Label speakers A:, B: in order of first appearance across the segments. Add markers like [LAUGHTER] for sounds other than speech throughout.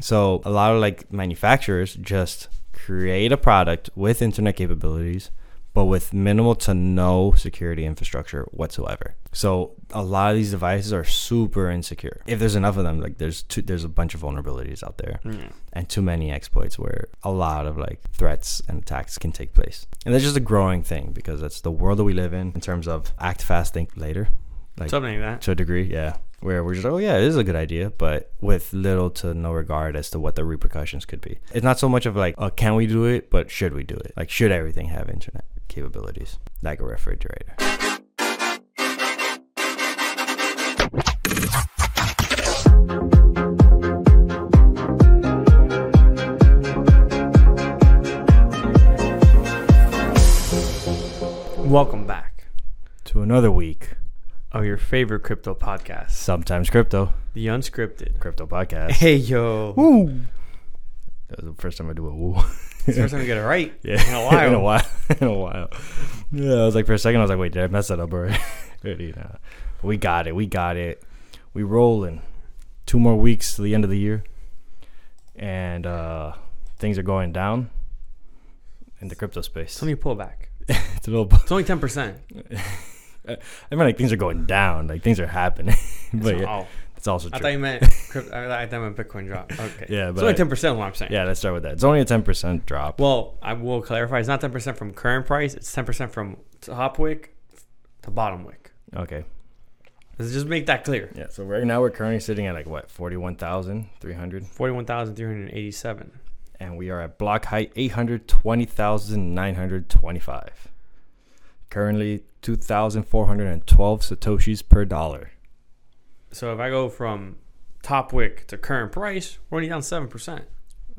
A: So a lot of like manufacturers just create a product with internet capabilities, but with minimal to no security infrastructure whatsoever. So a lot of these devices are super insecure. If there's enough of them, like there's two, there's a bunch of vulnerabilities out there and too many exploits where a lot of like threats and attacks can take place. And that's just a growing thing because that's the world that we live in in terms of act fast, think later. Like
B: Something like that.
A: to a degree, yeah. Where we're just like, oh yeah, it is a good idea, but with little to no regard as to what the repercussions could be. It's not so much of like, oh, can we do it, but should we do it? Like, should everything have internet capabilities, like a refrigerator?
B: Welcome back.
A: To another week,
B: Oh, your favorite crypto podcast,
A: sometimes crypto,
B: The Unscripted.
A: crypto
B: [LAUGHS]
A: podcast.
B: Hey, yo.
A: [LAUGHS] Woo! That was the first time I do a woo.
B: It's the first time we got it right
A: Yeah,
B: in a while.
A: [LAUGHS] in a while. in a while. Yeah, I was like for a second, I was like, wait, did I mess that up already? [LAUGHS] Already, nah. We got it. We got it. We rolling. Two more weeks to the end of the year, and uh, things are going down in the crypto space.
B: It's only a pullback.
A: It's a little. bu-
B: It's only 10%.
A: I mean, like things are going down. Like things are happening. [LAUGHS] but yeah,
B: oh,
A: it's also
B: I
A: true.
B: thought you meant crypto, I thought you meant
A: [LAUGHS]
B: Bitcoin drop. Okay.
A: Yeah,
B: It's
A: but
B: only 10% is what I'm saying.
A: yeah, let's start with that. It's only a ten percent drop.
B: Well, I will clarify. It's not 10% from current price. It's 10% from top wick to bottom wick.
A: Okay.
B: Let's just make that clear.
A: Yeah. So right now we're currently sitting at like what forty one thousand three hundred.
B: 41,387.
A: and we are at block height 820,925. Currently 2,412 satoshis per dollar.
B: So if I go from top wick to current price, we're only down 7%.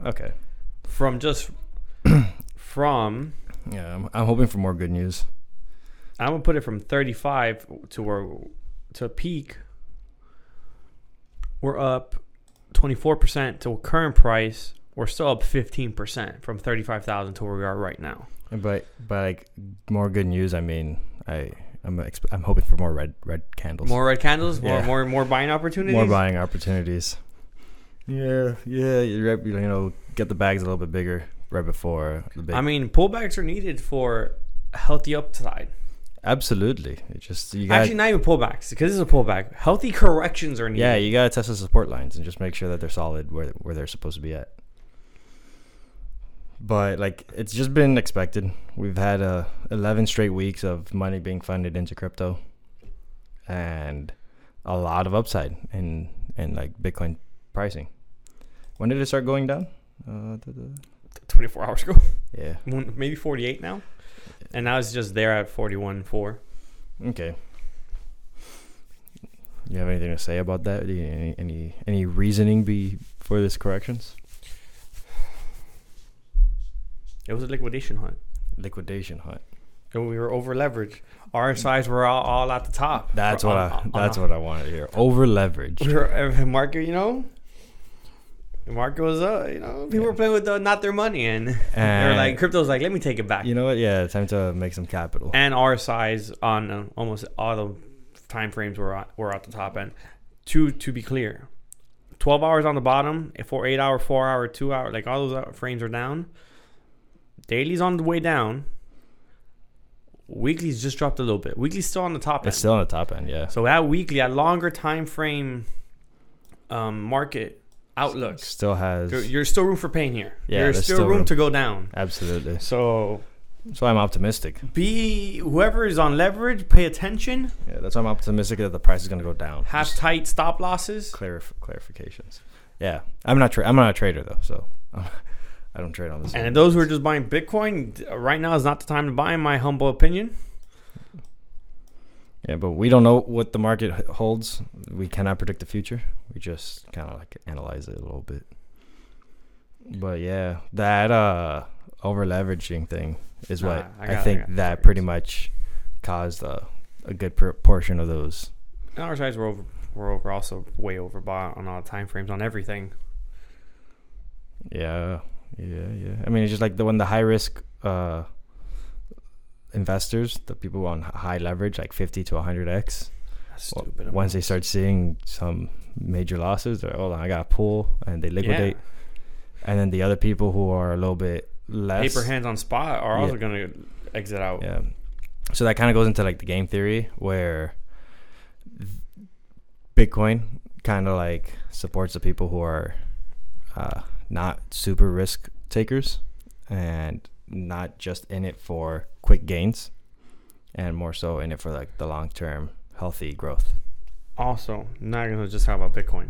A: Okay.
B: From
A: [CLEARS THROAT]
B: just from,
A: Yeah, I'm, I'm hoping for more good news.
B: I'm going to put it from 35 to where, to a peak. We're up 24% to current price. We're still up 15% from 35,000 to where we are right now.
A: But by like more good news, I mean I I'm exp- I'm hoping for more red red candles.
B: More red candles, more
A: Yeah.
B: more more buying opportunities.
A: More buying opportunities. Yeah, yeah, you're right, you know, get the bags a little bit bigger right before the big.
B: I mean, pullbacks are needed for a healthy upside.
A: absolutely. It just you got
B: Actually, not even pullbacks because this is a pullback. Healthy corrections are needed.
A: Yeah, you gotta test the support lines and just make sure that they're solid where where they're supposed to be at. But like, it's just been expected. We've had uh, eleven straight weeks of money being funded into crypto, and a lot of upside in in like Bitcoin pricing. When did it start going down? Uh, da- da-
B: 24 hours ago, [LAUGHS]
A: yeah.
B: One- maybe 48 now, and now it's just there at 41 four.
A: Okay. You have anything to say about that? Do you- Any any any reasoning be for this corrections?
B: It was a liquidation hunt,
A: Liquidation hunt.
B: and we were over leveraged. RSI's were all, all at the top.
A: That's
B: We're
A: what
B: on-
A: I.
B: on-
A: That's
B: on-
A: what I wanted to hear. Over
B: we
A: leveraged.
B: were, uh, market. You know, the market was uh, you know people
A: Yeah.
B: were playing with the, not their money, and, they were
A: And-
B: like crypto's like let me take it back.
A: You know what? Yeah, time to make some capital.
B: and our size on uh, almost all the time frames were at, were at the top end. To to be clear, twelve hours on the bottom, if for eight hour, four hour, two hour, like all those uh, frames are down. Daily's on the way down. Weekly's just dropped a little bit. Weekly's still on the top end.
A: It's still on the top end. Yeah.
B: so at weekly, at longer time frame, um, market outlook,
A: Still has.
B: there- you're still room for pain here.
A: Yeah,
B: there's, still, room, to go down.
A: Absolutely.
B: So
A: That's why I'm optimistic.
B: be whoever is on leverage, pay attention.
A: Yeah, that's why I'm optimistic that the price is going to go down.
B: have
A: Just
B: tight stop losses.
A: clarif- clarifications. Yeah, I'm not. Tra- I'm not a trader though, so [LAUGHS] I don't trade on this.
B: And
A: one.
B: those who are just buying Bitcoin, d- right now is not the time to buy, in my humble opinion.
A: Yeah, but we don't know what the market h- holds. We cannot predict the future. We just kind of like analyze it a little bit. But yeah, that uh over leveraging thing is what
B: Nah, I
A: I,
B: got- I
A: think
B: got-
A: that pretty much caused a, a good per- portion of those.
B: And our size were over, we're over also way overbought on all the time frames on everything.
A: Yeah, yeah, yeah. I mean, it's just like the when the high risk uh investors, the people on h- high leverage, like fifty to hundred x,
B: Stupid.
A: Once they start seeing some major losses, they're hold on, I got to pull, and they liquidate. And then the other people who are a little bit less
B: paper hands on spot are
A: Yeah.
B: also gonna exit out.
A: Yeah. So that kind of goes into like the game theory where Bitcoin kind of like supports the people who are uh, not super risk takers and not just in it for quick gains and more so in it for like the long term healthy growth.
B: Also, not gonna just talk about Bitcoin.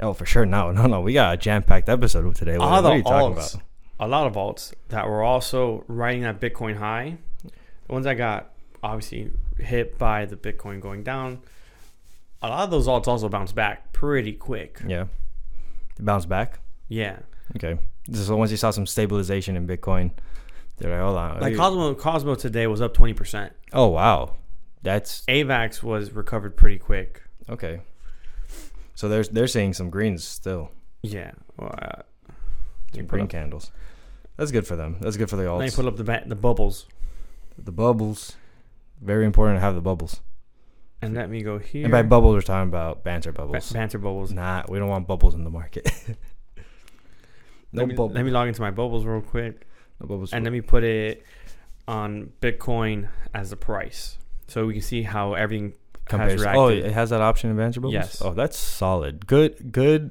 A: Oh, for sure. No, no, no. We got a jam packed episode today. What,
B: All
A: what
B: the
A: are you talking
B: alts.
A: about?
B: A lot of alts that were also riding that Bitcoin high. The ones that got obviously hit by the Bitcoin going down. A lot of those alts also bounce back pretty quick.
A: Yeah. Bounce back.
B: Yeah.
A: Okay. So once you saw some stabilization in Bitcoin, they're like, hold on.
B: Like
A: we-
B: Cosmo Cosmo today was up twenty percent.
A: Oh wow, that's
B: AVAX was recovered pretty quick.
A: okay. So they're they're seeing some greens still,
B: Yeah. Well, uh,
A: some
B: let me put
A: green
B: up-
A: candles. That's good for them. That's good for the
B: let me
A: alts.
B: put up the ba- the bubbles.
A: the bubbles, very important to have the bubbles.
B: And let me go here.
A: And by bubbles, we're talking about banter
B: Ba-
A: bubbles.
B: banter bubbles.
A: nah, we don't want bubbles in the market. [LAUGHS] no
B: let, me,
A: bubbles.
B: let me log into my bubbles real quick,
A: No bubbles.
B: and let me put it on Bitcoin as the price, so we can see how everything
A: Compares-
B: has
A: Oh,
B: reacted.
A: it has that option in banter bubbles.
B: Yes.
A: Oh, that's solid. Good good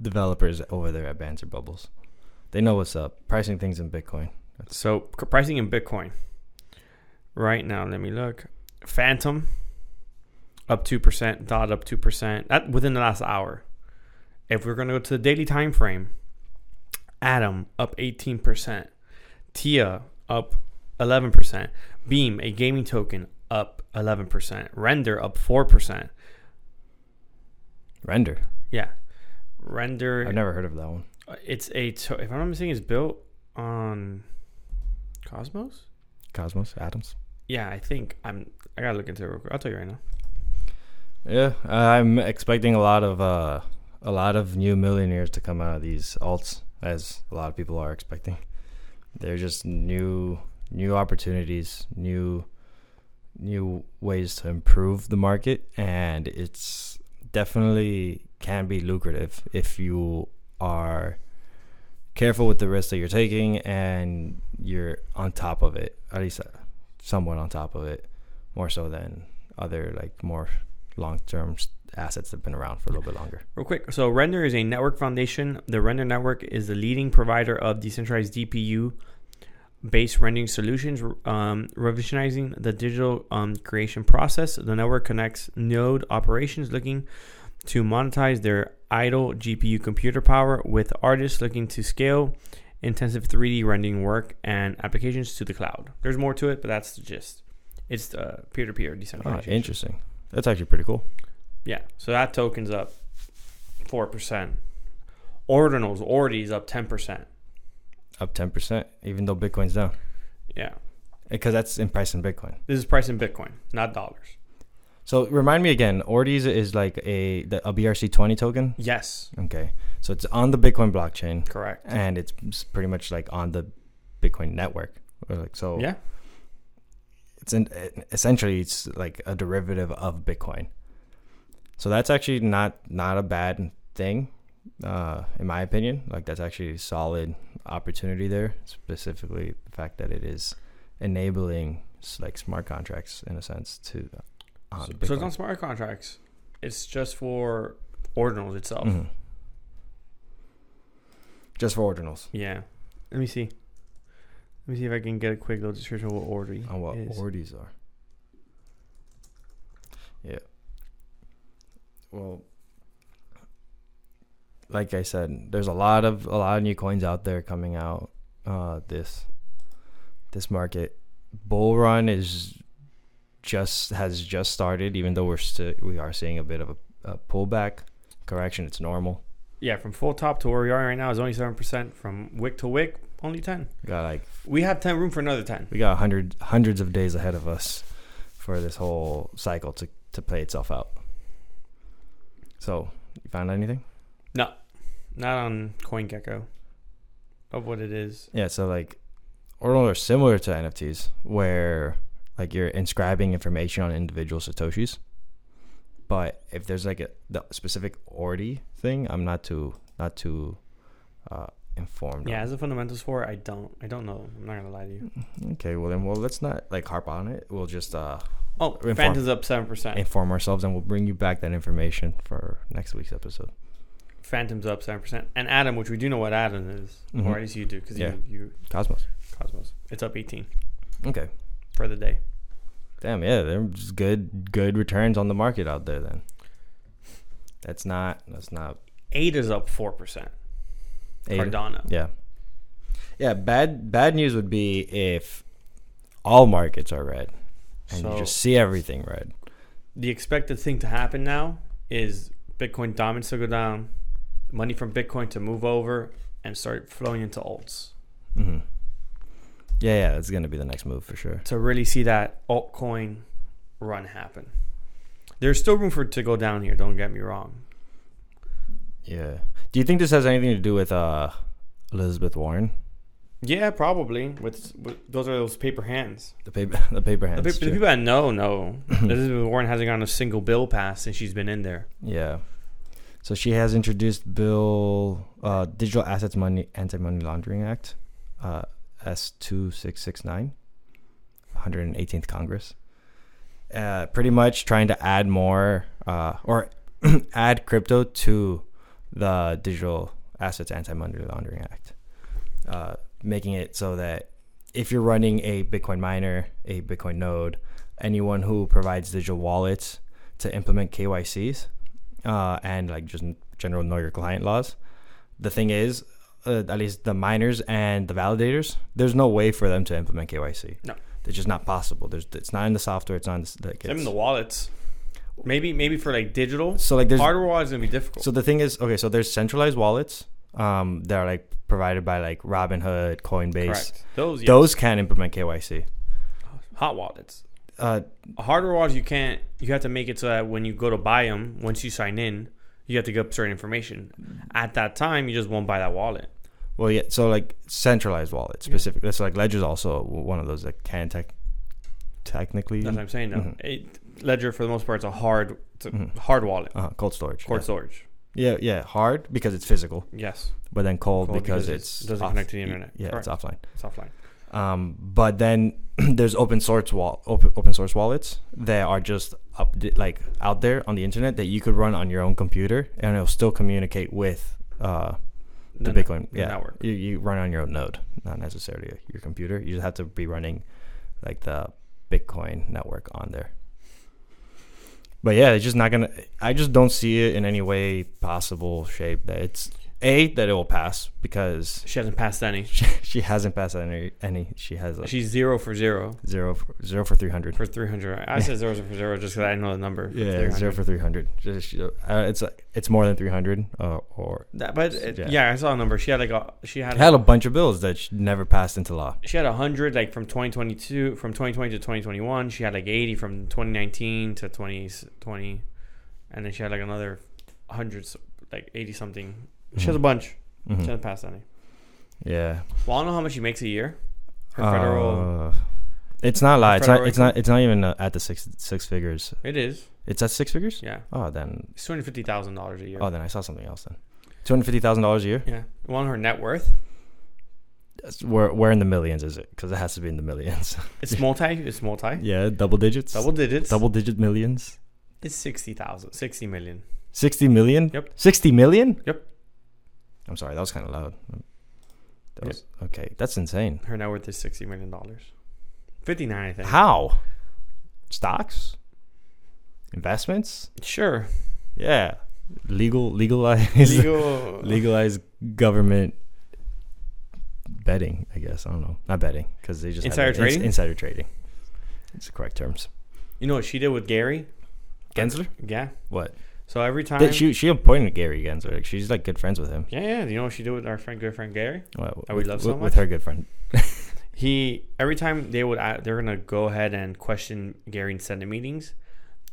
A: developers over there at banter bubbles. They know what's up. Pricing things in Bitcoin.
B: So c- pricing in Bitcoin right now. Let me look. Phantom up two percent. Dot up two percent. That within the last hour. If we're gonna go to the daily time frame, Atom up eighteen percent. Tia up eleven percent. Beam, a gaming token, up eleven percent. Render up four percent.
A: Render.
B: Yeah, Render.
A: I've never heard of that one.
B: It's a to- if I'm not mistaken, it's built on Cosmos.
A: Cosmos Atoms.
B: Yeah, I think I'm. I gotta look into it real quick. I'll tell you right now.
A: Yeah, uh, I'm expecting a lot of uh, a lot of new millionaires to come out of these alts, as a lot of people are expecting. They're just new new opportunities, new new ways to improve the market, and it's definitely can be lucrative if you are careful with the risk that you're taking and you're on top of it, at least uh, somewhat on top of it, more so than other like more long term assets that have been around for a little bit longer.
B: Real quick. So Render is a network foundation. The Render network is the leading provider of decentralized DPU based rendering solutions, um, revolutionizing the digital um, creation process. The network connects node operations looking to monetize their idle GPU computer power with artists looking to scale intensive 3D rendering work and applications to the cloud. There's more to it, but that's the gist. It's uh, peer-to-peer
A: Oh,
B: decentralization.
A: interesting. That's actually pretty cool.
B: Yeah. So that token's up four percent. Ordinals, Ordi's up ten percent.
A: Up ten percent, even though Bitcoin's down,
B: Yeah.
A: because that's in price in Bitcoin.
B: This is priced in Bitcoin, not dollars.
A: So remind me again, Ordis is like a the, a BRC twenty token.
B: Yes.
A: Okay, so it's on the Bitcoin blockchain,
B: Correct.
A: and it's s- pretty much like on the Bitcoin network. Or, Like so,
B: Yeah.
A: it's in, essentially it's like a derivative of Bitcoin. So that's actually not not a bad thing, uh, in my opinion. Like that's actually a solid opportunity there. Specifically, the fact that it is enabling s- like smart contracts in a sense to uh, on
B: So,
A: Bitcoin.
B: so it's not smart contracts. It's just for ordinals itself.
A: Mhm. Just for ordinals.
B: Yeah. Let me see. Let me see if I can get a quick little description of what Ordi
A: On what
B: is.
A: ordis are. Yeah. Well, like I said, there's a lot of a lot of new coins out there coming out. Uh, this this market bull run is just has just started. Even though we're still we are seeing a bit of a, a pullback correction, it's normal.
B: yeah, from full top to where we are right now is only seven percent. From wick to wick, only ten.
A: We got like
B: We have ten room for another ten.
A: we got hundred hundreds of days ahead of us for this whole cycle to to play itself out. So, you found anything?
B: Not on CoinGecko. Of what it is.
A: Yeah, so like ordinals are similar to NFTs where like you're inscribing information on individual satoshis But if there's like a the specific already thing, I'm not too not too uh, informed.
B: Yeah,
A: on.
B: as a fundamentals for it, I don't, I don't know. I'm not gonna lie to
A: Mm-hmm.
B: you.
A: Okay. Well then, well let's not like harp on it. We'll just uh,
B: Oh,
A: Inform-
B: Phantom's up seven percent.
A: inform ourselves, and we'll bring you back that information for next week's episode.
B: Phantom's up seven percent, and Adam, which we do know what Adam is,
A: Mhm.
B: or at least you do, because
A: Yeah.
B: you, you
A: Cosmos.
B: Cosmos. It's up eighteen
A: Okay.
B: for the day.
A: Damn, yeah, there's good good returns on the market out there then. That's not that's not
B: Eight is up four percent.
A: Ada.
B: Cardano.
A: Yeah. Yeah, bad bad news would be if all markets are red and
B: So
A: you just see everything red.
B: the expected thing to happen now is Bitcoin dominance to go down, money from Bitcoin to move over and start flowing into alts.
A: hmm Yeah, yeah, that's gonna be the next move for sure.
B: to really see that altcoin run happen. There's still room for it to go down here. Don't get me wrong.
A: Yeah. Do you think this has anything to do with uh, Elizabeth Warren?
B: Yeah, probably. With, with those are those paper hands.
A: The paper [LAUGHS] the paper hands.
B: the, peop- the
A: chick.
B: people that
A: [CLEARS THROAT]
B: know know. Elizabeth Warren hasn't gotten a single bill passed since she's been in there.
A: Yeah. So she has introduced Bill uh, Digital Assets Money Anti Money Laundering Act, uh, S two six six nine, 118th Congress. Uh, pretty much trying to add more uh, or [CLEARS THROAT] add crypto to the Digital Assets Anti Money Laundering Act, uh, making it so that if you're running a Bitcoin miner, a Bitcoin node, anyone who provides digital wallets to implement KYCs, uh, and like just general know your client laws. The thing is, uh, at least the miners and the validators, there's no way for them to implement KYC.
B: No.
A: it's just not possible. There's it's not in the software. It's not in the, like,
B: I
A: it's-
B: mean, the wallets. Maybe maybe for like digital.
A: so like there's
B: Hardware wallets is going to be difficult.
A: so the thing is okay. So there's centralized wallets um, that are like provided by like Robinhood, Coinbase.
B: Correct. Those, yeah.
A: Those can implement KYC.
B: Hot wallets.
A: Uh,
B: hardware wallets you can't you have to make it so that when you go to buy them once you sign in you have to give up certain information at that time you just won't buy that wallet
A: Well, yeah. So like centralized wallets
B: Yeah.
A: specifically. So like Ledger's also one of those that can tech technically.
B: that's what i'm saying though
A: Mhm.
B: It- ledger for the most part it's a hard it's a
A: Mhm.
B: hard wallet
A: Uh, cold storage.
B: cold
A: yeah.
B: storage
A: Yeah, yeah, hard because it's physical,
B: yes
A: but then cold,
B: Cold
A: because,
B: because
A: it's
B: it's- it doesn't
A: off-
B: connect to the internet.
A: Yeah, it's offline.
B: it's offline
A: Um, but then [CLEARS THROAT] there's open source wall open, open source wallets that are just up like out there on the internet that you could run on your own computer and it'll still communicate with uh, the
B: Then
A: Bitcoin.
B: the
A: yeah,
B: network.
A: You, you run on your own node, not necessarily your computer. You just have to be running like the Bitcoin network on there. But yeah, it's just not gonna. I just don't see it in any way possible shape that it's a that it will pass because [LAUGHS]
B: she hasn't passed any
A: she, she hasn't passed any. Any she has a
B: she's zero for zero
A: zero for, zero for three hundred.
B: for 300 i said zero for zero just because i know the number
A: Yeah, zero
B: 300.
A: for three hundred. Just uh, it's uh, it's more than three hundred. Uh, or
B: that, but it-
A: Yeah.
B: yeah. i saw a number she had like a she had
A: had a bunch of bills that she never passed into law.
B: she had 100 like from 2022 from 2020 to 2021 she had like 80 from 2019 to 2020 and then she had like another 100 so- like 80 something she has a
A: Mhm.
B: bunch she
A: Mhm.
B: hasn't passed any
A: Yeah.
B: well i don't know how much she makes a year her federal
A: Uh, it's not like it's not
B: federal
A: it's not it's not even uh, at the six six figures.
B: it is
A: It's at six figures.
B: yeah
A: Oh then
B: it's $250000 a year
A: oh then I saw something else then. Two hundred fifty thousand dollars a year.
B: yeah well her net worth
A: That's- Where where in the millions is it? Because it has to be in the
B: [LAUGHS]
A: millions. [LAUGHS]
B: it's multi it's multi
A: yeah, double digits.
B: double digits
A: double digit millions.
B: it's 60000 60 million
A: Sixty million.
B: Yep.
A: Sixty million.
B: Yep.
A: I'm sorry, that was kind of loud. That
B: Yep.
A: was okay. That's insane.
B: her net worth is 60 million dollars 59 i think
A: How? Stocks. Investments.
B: sure
A: Yeah. Legal legalized.
B: legal
A: [LAUGHS] legalize government betting. I guess I don't know, not betting because they just have it.
B: Insider
A: Ins-
B: trading?
A: insider trading. It's the correct terms.
B: you know what she did with gary
A: Gensler,
B: yeah
A: what?
B: So every time,
A: That she she appointed Gary Gensler. Like, she's like good friends with him.
B: yeah, yeah. You know what she did with our friend, good friend Gary?
A: Well,
B: That Oh, we
A: with,
B: love
A: with,
B: so
A: with
B: much?
A: her good friend.
B: He every time they would, a- they're gonna go ahead and question Gary and send the meetings.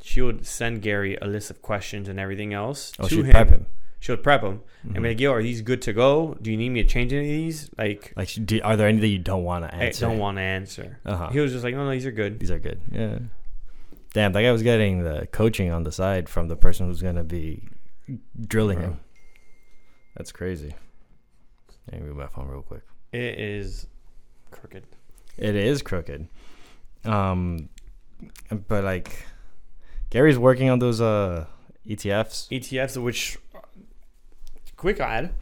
B: She would send Gary a list of questions and everything else
A: Oh,
B: to
A: she
B: him.
A: prep him.
B: She would prep him and
A: Mhm.
B: be like, "Yo, are these good to go? Do you need me to change any of these? Like,
A: Like, she, do, are there any that you don't want to
B: I
A: answer?
B: don't want to answer."
A: Uh huh.
B: He was just like, "No, no, these are good."
A: These are good. Yeah. Damn, that guy was getting the coaching on the side from the person who's gonna be drilling
B: Bro.
A: him. That's crazy. Let me move my phone real quick.
B: It is crooked.
A: It is crooked. Um, but like, Gary's working on those uh ETFs.
B: ETFs, E which quick ad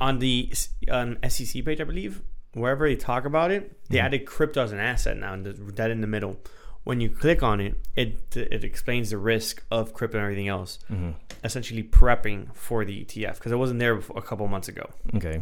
B: on the um, SEC page, I believe, wherever they talk about it, they
A: Mhm.
B: added crypto as an asset now, and th- that in the middle. When you click on it, it it explains the risk of crypto and everything else,
A: hmm
B: essentially prepping for the E ETF because it wasn't there before, a couple months ago.
A: Okay.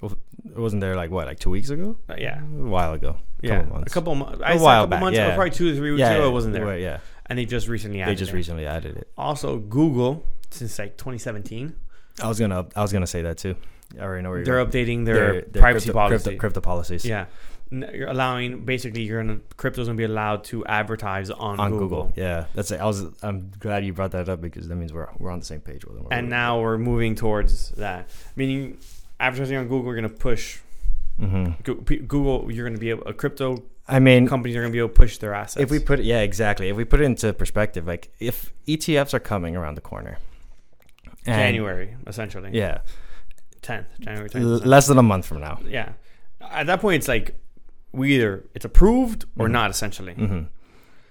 A: Well, It wasn't there like what, like two weeks ago?
B: Uh, yeah,
A: A while ago.
B: yeah,
A: Couple months.
B: a couple months,
A: A while
B: a couple
A: back,
B: months,
A: yeah.
B: ago, probably two or three weeks
A: yeah,
B: ago, it wasn't there,
A: right, yeah,
B: and they just recently added.
A: they just
B: it.
A: recently added it.
B: Also, Google since like 2017,
A: I was gonna, I was gonna say that too. I already know where
B: they're
A: Oh, you're.
B: updating
A: going.
B: their, privacy
A: crypto,
B: policy.
A: crypto, crypto policies.
B: Yeah, N- you're allowing basically you're gonna crypto's gonna be allowed to advertise on,
A: on
B: Google.
A: Google. Yeah, that's it. I was. I'm glad you brought that up because that means we're we're on the same page with them.
B: and now we're moving towards that. Meaning, advertising on Google, are gonna push
A: hmm
B: Goo- P- Google. You're gonna be able, a crypto
A: I mean,
B: companies are gonna be able to push their assets.
A: if we put yeah exactly if we put it into perspective, like if ETFs are coming around the corner, and-
B: January essentially,
A: yeah,
B: 10th January 10th.
A: l- less than a month from now.
B: yeah, at that point it's like we either it's approved or
A: Mhm.
B: not essentially.
A: hmm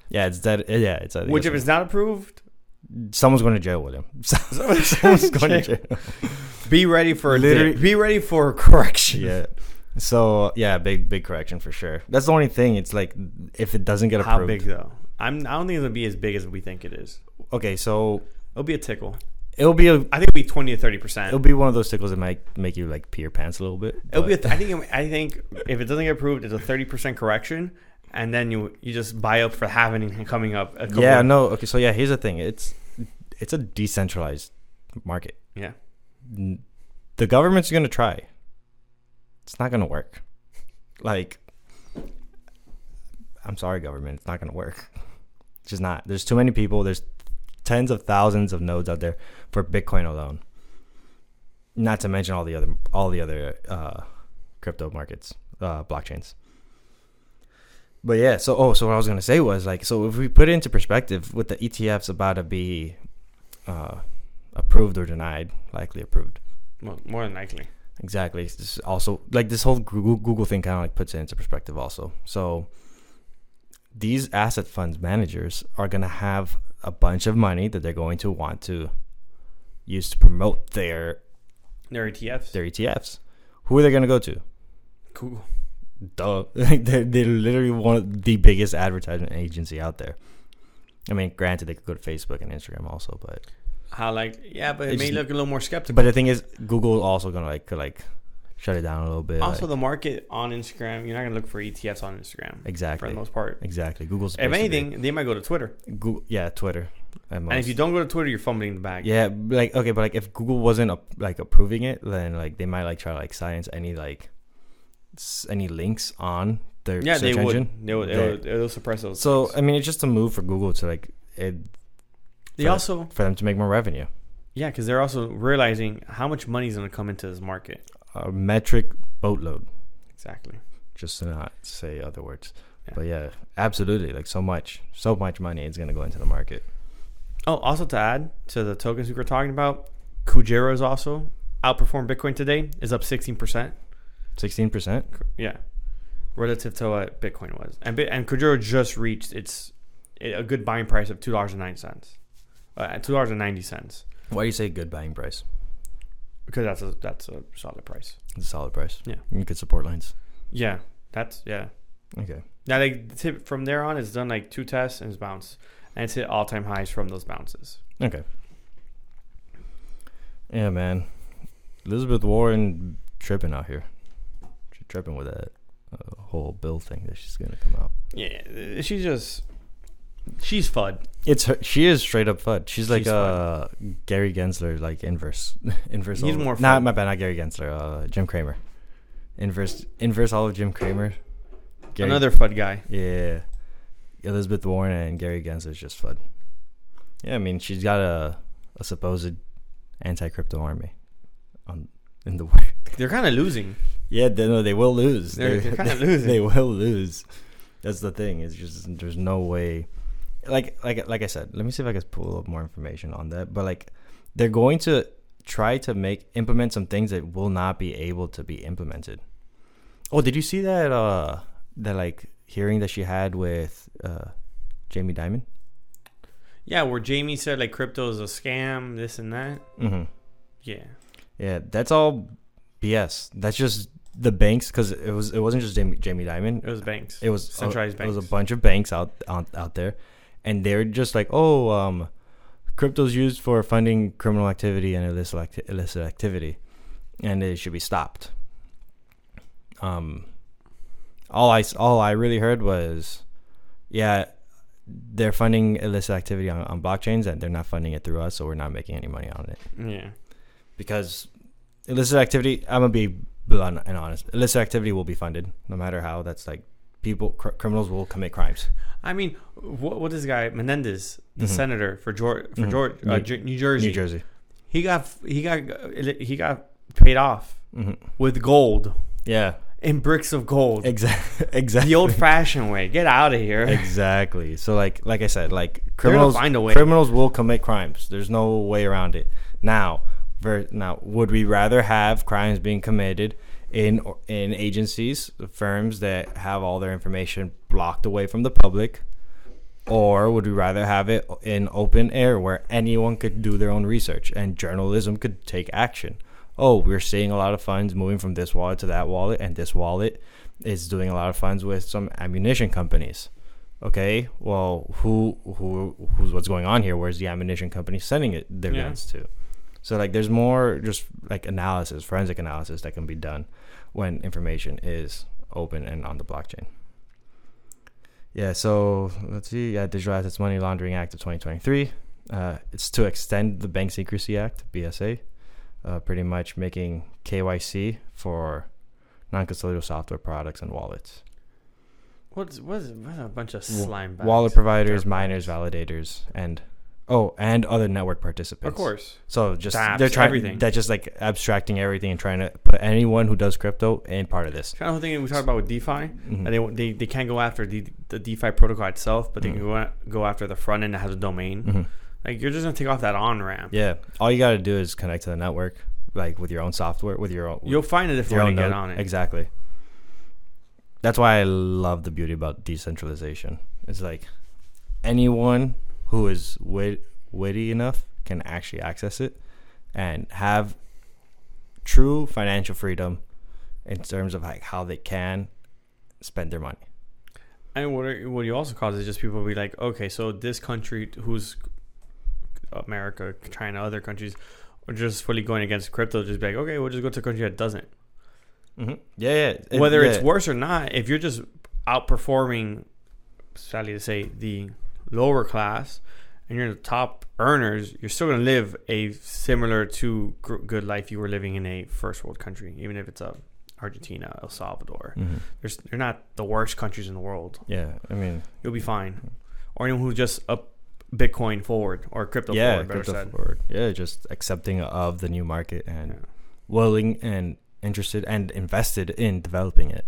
A: Yeah, it's that. Yeah, it's a,
B: Which if it's not approved,
A: someone's going to jail with him. [LAUGHS] someone's going to
B: [LAUGHS]
A: jail.
B: be ready for a
A: Literally-
B: di- be ready for a [LAUGHS]
A: [LAUGHS]
B: correction.
A: yeah. So yeah, big big correction for sure. That's the only thing. It's like if it doesn't get approved.
B: How big though? I'm. I don't think it's gonna be as big as we think it is.
A: Okay, so
B: It'll be a tickle.
A: it'll be a
B: I think it'll be twenty to thirty percent.
A: it'll be one of those tickles that might make you like pee your pants a little bit.
B: It'll be. A
A: but-
B: th- I think. I think if it doesn't get approved, it's a thirty percent correction, and then you you just buy up for having it coming up. A couple
A: yeah. No. Okay. So yeah, here's the thing. It's it's a decentralized market.
B: Yeah.
A: N- The government's gonna try. It's not gonna work. Like, I'm sorry, government. It's not gonna work. It's just not. There's too many people. There's tens of thousands of nodes out there for Bitcoin alone. Not to mention all the other all the other uh, crypto markets, uh, blockchains. But yeah, so oh, so what I was gonna say was like, so if we put it into perspective, with the ETFs about to be uh, approved or denied, likely approved,
B: Well, more than likely.
A: exactly. It's just also like this whole Google, Google thing kind of like puts it into perspective, also. So these asset funds managers are gonna have a bunch of money that they're going to want to use to promote their
B: Their ETFs.
A: their ETFs. Who are they gonna go to?
B: Google.
A: Duh. [LAUGHS] Like they're, they're literally one of the biggest advertisement agency out there. I mean, granted, they could go to Facebook and Instagram also, but
B: How like? Yeah, but it,
A: It's-
B: may look a little more skeptical.
A: but the thing is, Google also gonna like could like shut it down a little bit.
B: also,
A: like-
B: the market on Instagram, you're not gonna look for ETFs on Instagram for the
A: exactly,
B: most part.
A: exactly. Google's
B: If
A: supposed to be-
B: anything, they might go to Twitter,
A: Google, yeah, Twitter. at
B: and if
A: most.
B: you don't go to Twitter, you're fumbling the bag.
A: yeah, but, like okay, but like if Google wasn't up, like approving it, then like they might like try to like silence any like s- any links on their
B: yeah, they
A: search
B: would.
A: engine.
B: They would.
A: They-
B: They would. It'll suppress those.
A: So
B: things.
A: I mean, it's just a move for Google to like it,
B: they
A: for-
B: also
A: for them to make more revenue.
B: yeah, because they're also realizing how much money is gonna come into this market.
A: a metric boatload,
B: Exactly.
A: just to not say other words.
B: Yeah.
A: But yeah, absolutely. Like so much, so much money is going to go into the market.
B: Oh, also to add to the tokens we were talking about, Kujera is also outperformed Bitcoin today. Is up sixteen percent.
A: 16%?
B: Yeah, relative to what Bitcoin was, and Bit- and Kujera just reached its a good buying price of two dollars and nine cents, uh, two dollars and ninety cents,
A: Why do you say good buying price?
B: because that's a that's a solid price.
A: It's a solid price.
B: Yeah.
A: You could support lines.
B: Yeah, that's yeah.
A: Okay.
B: Now like tip from there on, it's done like two tests and it's bounced, and it's hit all time highs from those bounces.
A: Okay. Yeah, man. Elizabeth Warren tripping out here. She tripping with that uh, whole bill thing that she's going to come out.
B: Yeah, she's just she's fud.
A: It's her, she is straight up FUD. She's like
B: She's
A: uh Gary Gensler, like inverse, [LAUGHS] inverse.
B: He's
A: all-
B: more
A: Not
B: FUD.
A: my bad, not Gary Gensler. Uh, Jim Cramer, inverse, inverse. All of Jim Cramer. Gary-
B: Another fud guy.
A: Yeah, Elizabeth Warren and Gary Gensler's just FUD. Yeah, I mean she's got a a supposed anti crypto army, on in the [LAUGHS] way.
B: They're kind of losing.
A: Yeah, they, no, they will lose.
B: They're- they're
A: [LAUGHS]
B: kinda
A: they-
B: losing.
A: They will lose. That's the thing. It's just there's no way. like like like I said, let me see if I can pull up more information on that. But like, they're going to try to make implement some things that will not be able to be implemented. Oh, did you see that? Uh, that like hearing that she had with uh, Jamie Dimon.
B: Yeah, where Jamie said like crypto is a scam, this and that.
A: Mm-hmm.
B: Yeah.
A: Yeah, that's all BS. That's just the banks because it was it wasn't just Jamie, Jamie Dimon.
B: It was banks.
A: It was
B: Centralized
A: a, It was
B: banks.
A: a bunch of banks out out, out there, and they're just like, oh, um, crypto's used for funding criminal activity and illicit acti- illicit activity, and it should be stopped. Um, all I s- all I really heard was, yeah, they're funding illicit activity on, on blockchains, and they're not funding it through us, so we're not making any money on it
B: Yeah.
A: because illicit activity i'm gonna be blunt and honest illicit activity will be funded no matter how that's like people cr- criminals will commit crimes
B: I mean, what what this guy Menendez, the
A: Mhm.
B: senator for Georgia, for
A: Mhm.
B: Georgia, uh,
A: New-
B: Jer- New Jersey,
A: new jersey
B: he got he got uh, he got paid off
A: hmm
B: with gold
A: yeah
B: in bricks of gold,
A: exactly [LAUGHS] exactly
B: the old-fashioned way. Get out of here.
A: exactly so like like i said like
B: They're gonna
A: criminals
B: find a way.
A: criminals will commit crimes there's no way around it now ver- now would we rather have crimes being committed in in agencies firms that have all their information blocked away from the public or would we rather have it in open air where anyone could do their own research and journalism could take action? Oh, we're seeing a lot of funds moving from this wallet to that wallet, and this wallet is doing a lot of funds with some ammunition companies. Okay, well, who who who's what's going on here? Where's the ammunition company sending it their
B: Yeah.
A: guns to? So like, there's more just like analysis, forensic analysis that can be done when information is open and on the blockchain. Yeah, so let's see. Yeah, Digital Assets Money Laundering Act of 2023. Uh, it's to extend the Bank Secrecy Act, BSA, uh, pretty much making KYC for non custodial software products and wallets.
B: What's what's, what's a bunch of
A: Wa-
B: slime? bags
A: Wallet
B: and
A: providers,
B: dirt
A: miners,
B: bags?
A: validators, and oh, and other network participants.
B: Of course.
A: So just
B: Dapps,
A: they're trying
B: everything.
A: That's just like abstracting everything and trying to put anyone who does crypto in part of this.
B: Kind of thing we talked about with DeFi.
A: Mhm.
B: that they, they they can't go after the the DeFi protocol itself, but they can go, a- go after the front end that has a domain.
A: Mhm.
B: Like you're just gonna take off that on ramp.
A: Yeah, all you got to do is connect to the network, like with your own software, with your own.
B: You'll find it if you
A: your own
B: want to get
A: node.
B: on it.
A: Exactly. That's why I love the beauty about decentralization. It's like anyone who is wit- witty enough can actually access it and have true financial freedom in terms of like how they can spend their money.
B: And what are, what you also cause is just people be like, okay, so this country who's America, China, other countries are just fully going against crypto. Just be like, okay, we'll just go to a country that doesn't.
A: Mm-hmm. Yeah, yeah. It-
B: Whether it's
A: yeah.
B: worse or not, if you're just outperforming, sadly to say, the lower class, and you're the top earners, you're still going to live a similar to gr- good life you were living in a first world country, even if it's a Argentina, El Salvador.
A: Mhm.
B: There's, they're not the worst countries in the world.
A: yeah, I mean,
B: You'll be fine. Or anyone who just up Bitcoin forward or crypto
A: yeah,
B: forward, better
A: crypto
B: said.
A: forward. Yeah, just accepting of the new market and
B: Yeah.
A: willing and interested and invested in developing it.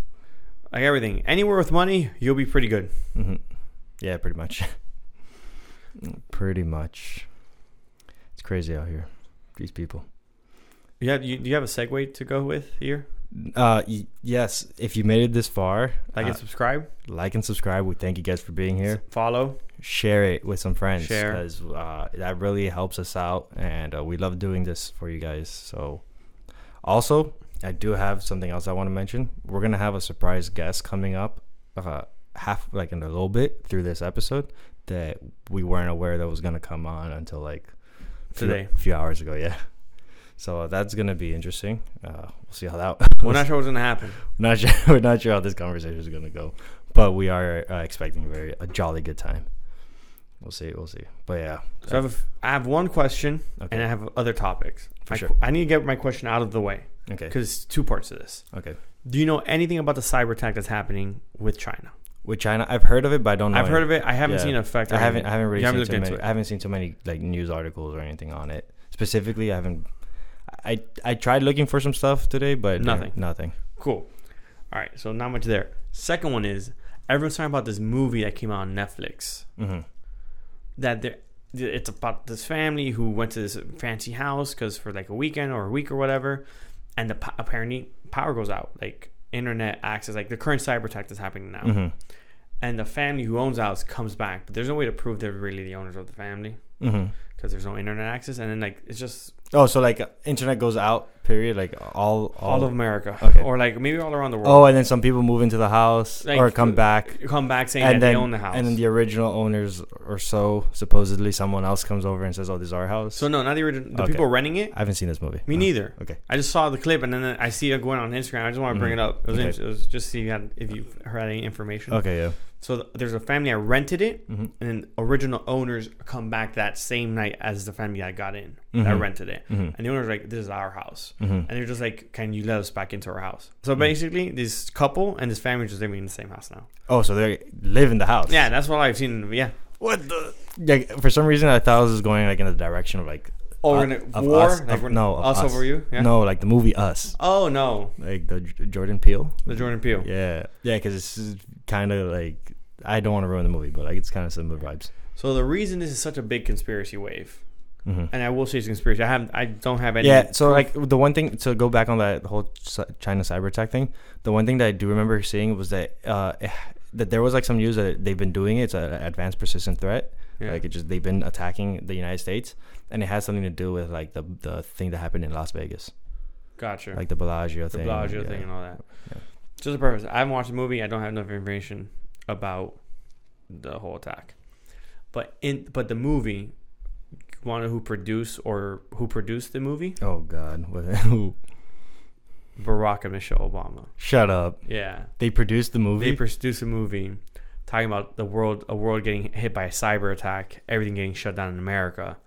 B: Like everything, anywhere with money, you'll be pretty good.
A: hmm Yeah, pretty much. [LAUGHS] pretty much. It's crazy out here. These people.
B: You have, you, do you have a segue to go with here?
A: Uh, y- yes. If you made it this far,
B: Like
A: uh,
B: and subscribe,
A: like and subscribe. We thank you guys for being here.
B: follow.
A: Share it with some friends
B: Share.
A: because uh, that really helps us out, and uh, we love doing this for you guys. So, also, I do have something else I want to mention. We're gonna have a surprise guest coming up, uh, half like in a little bit through this episode that we weren't aware that was gonna come on until like few-
B: Today.
A: few hours ago. Yeah. So uh, that's gonna be interesting. Uh, we'll see how that. [LAUGHS]
B: We're not sure what's gonna happen.
A: Not sure. [LAUGHS] We're not sure how this conversation is gonna go, but we are uh, expecting a very a jolly good time. We'll see. We'll see. But yeah.
B: So I have, a f- I have one question,
A: Okay.
B: and I have other topics.
A: For
B: I,
A: sure.
B: I need to get my question out of the way
A: Okay.
B: because it's two parts of this.
A: Okay.
B: Do you know anything about the cyber attack that's happening with China?
A: With China, I've heard of it, but I don't know.
B: I've heard of it. I haven't
A: Oh, Yeah.
B: seen an effect.
A: I haven't. I haven't
B: You
A: really
B: haven't
A: seen too
B: looked
A: many.
B: into it.
A: I haven't seen too many like news articles or anything on it. Specifically, I haven't. I I tried looking for some stuff today, but
B: Nothing.
A: Nothing.
B: Cool. All right. So not much there. Second one is everyone's talking about this movie that came out on Netflix.
A: hmm
B: that they're it's about this family who went to this fancy house because for like a weekend or a week or whatever, and the po- apparently power goes out, like internet access, like the current cyber attack that's happening now,
A: Mm-hmm.
B: and the family who owns the house comes back, but there's no way to prove they're really the owners of the family
A: Mm-hmm.
B: because there's no internet access, and then like it's just
A: Oh, so like internet goes out. Period. Like all
B: all, of America,
A: Oh. okay.
B: or like maybe all around the world.
A: Oh, and then some people move into the house
B: Like, uh,
A: or come back,
B: come back saying
A: Oh. and
B: that
A: then
B: they own the house,
A: and then the original owners or so supposedly someone else comes over and says, "Oh, this is our house."
B: so no, not the original. The
A: Okay. Uh-huh.
B: people renting it.
A: I haven't seen this movie.
B: Me
A: No.
B: neither.
A: Okay.
B: I just saw the clip and then I see it going on Instagram. I just want to bring
A: Mhm.
B: it up. It was,
A: Okay.
B: int- it was just see if you had if you heard any information.
A: Okay. Yeah.
B: So th- there's a family I rented it,
A: Mm-hmm.
B: and then original owners come back that same night as the family I got in that
A: Mhm.
B: rented it,
A: Mm-hmm.
B: and the owners like, "This is our house,"
A: Mm-hmm.
B: and they're just like, "Can you let us back into our house?" So
A: Mhm.
B: basically, this couple and this family just living in the same house now.
A: Oh, so they live in the house.
B: Yeah, that's what I've seen. Yeah,
A: What the? Like, for some reason, I thought this was going like in the direction of like
B: oh,
A: Uh,
B: we're gonna
A: of
B: war.
A: us-
B: like,
A: of-
B: we're
A: no, of
B: us,
A: us.
B: over you. Yeah.
A: no, like the movie Us,
B: Oh no,
A: like the J- Jordan Peele.
B: the Jordan Peele.
A: Yeah, yeah, because it's kind of like I don't want to ruin the movie, but like it's kind of similar vibes.
B: So the reason this is such a big conspiracy wave,
A: hmm
B: and I will say it's a conspiracy. I have I don't have any.
A: Yeah, so like the one thing to go back on that whole Chi- China cyber attack thing, the one thing that I do remember seeing was that uh, eh, that there was like some news that they've been doing it. It's an advanced persistent threat.
B: Yeah.
A: Like it just they've been attacking the United States, and it has something to do with like the the thing that happened in Las Vegas,
B: gotcha.
A: like the Bellagio
B: the
A: thing.
B: Bellagio
A: yeah.
B: thing and all that.
A: Yeah.
B: Just the purpose. I haven't watched the movie. I don't have enough information about the whole attack. But in but the movie, you want to know who produced or who produced the movie?
A: Oh God! [LAUGHS] What-
B: Barack and Michelle Obama.
A: Shut up!
B: Yeah,
A: They produced the movie.
B: they produced a movie talking about the world a world getting hit by a cyber attack, everything getting shut down in America.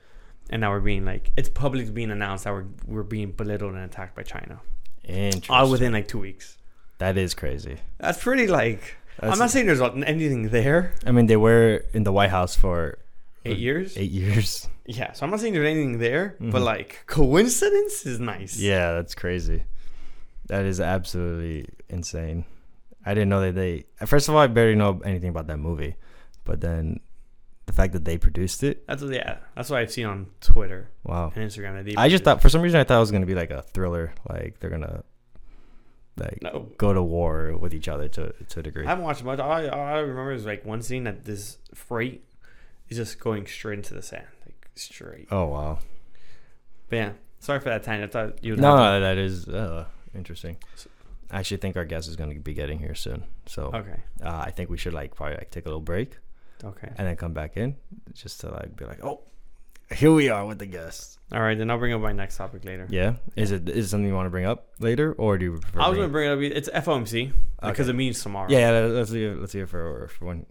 B: And now we're being like it's publicly being announced that we're we're being belittled and attacked by China.
A: Interesting.
B: All within like two weeks.
A: that is crazy.
B: That's pretty like
A: That's-
B: I'm not saying there's anything there.
A: I mean, they were in the White House for
B: Eight years.
A: Uh, eight years.
B: Yeah, so I'm not saying there's anything there, but
A: Mhm.
B: like coincidence is nice.
A: Yeah, that's crazy. That is absolutely insane. I didn't know that they. First of all, I barely know anything about that movie, but then the fact that they produced it.
B: That's what, yeah. That's what I've seen on Twitter
A: Wow.
B: and Instagram. That they
A: I just
B: produce-
A: thought for some reason I thought it was gonna be like a thriller, like they're gonna like
B: no.
A: go to war with each other to to a degree.
B: I haven't watched much. All I, all I remember is like one scene that this freight is just going straight into the sand, like straight.
A: oh wow.
B: But yeah, sorry for that tangent. I thought you. would
A: No,
B: have
A: that is uh, interesting. I actually think our guest is gonna be getting here soon, so
B: to- Okay.
A: uh, I think we should like probably like take a little break.
B: Okay.
A: and then come back in just to like be like, oh, here we are with the guests.
B: All right, then I'll bring up my next topic later.
A: Yeah, is it is it something you want to bring up later, or do you prefer?
B: I was
A: bring-
B: gonna bring it up. It's FOMC because it means tomorrow.
A: yeah, yeah, let's leave it, let's leave it for for when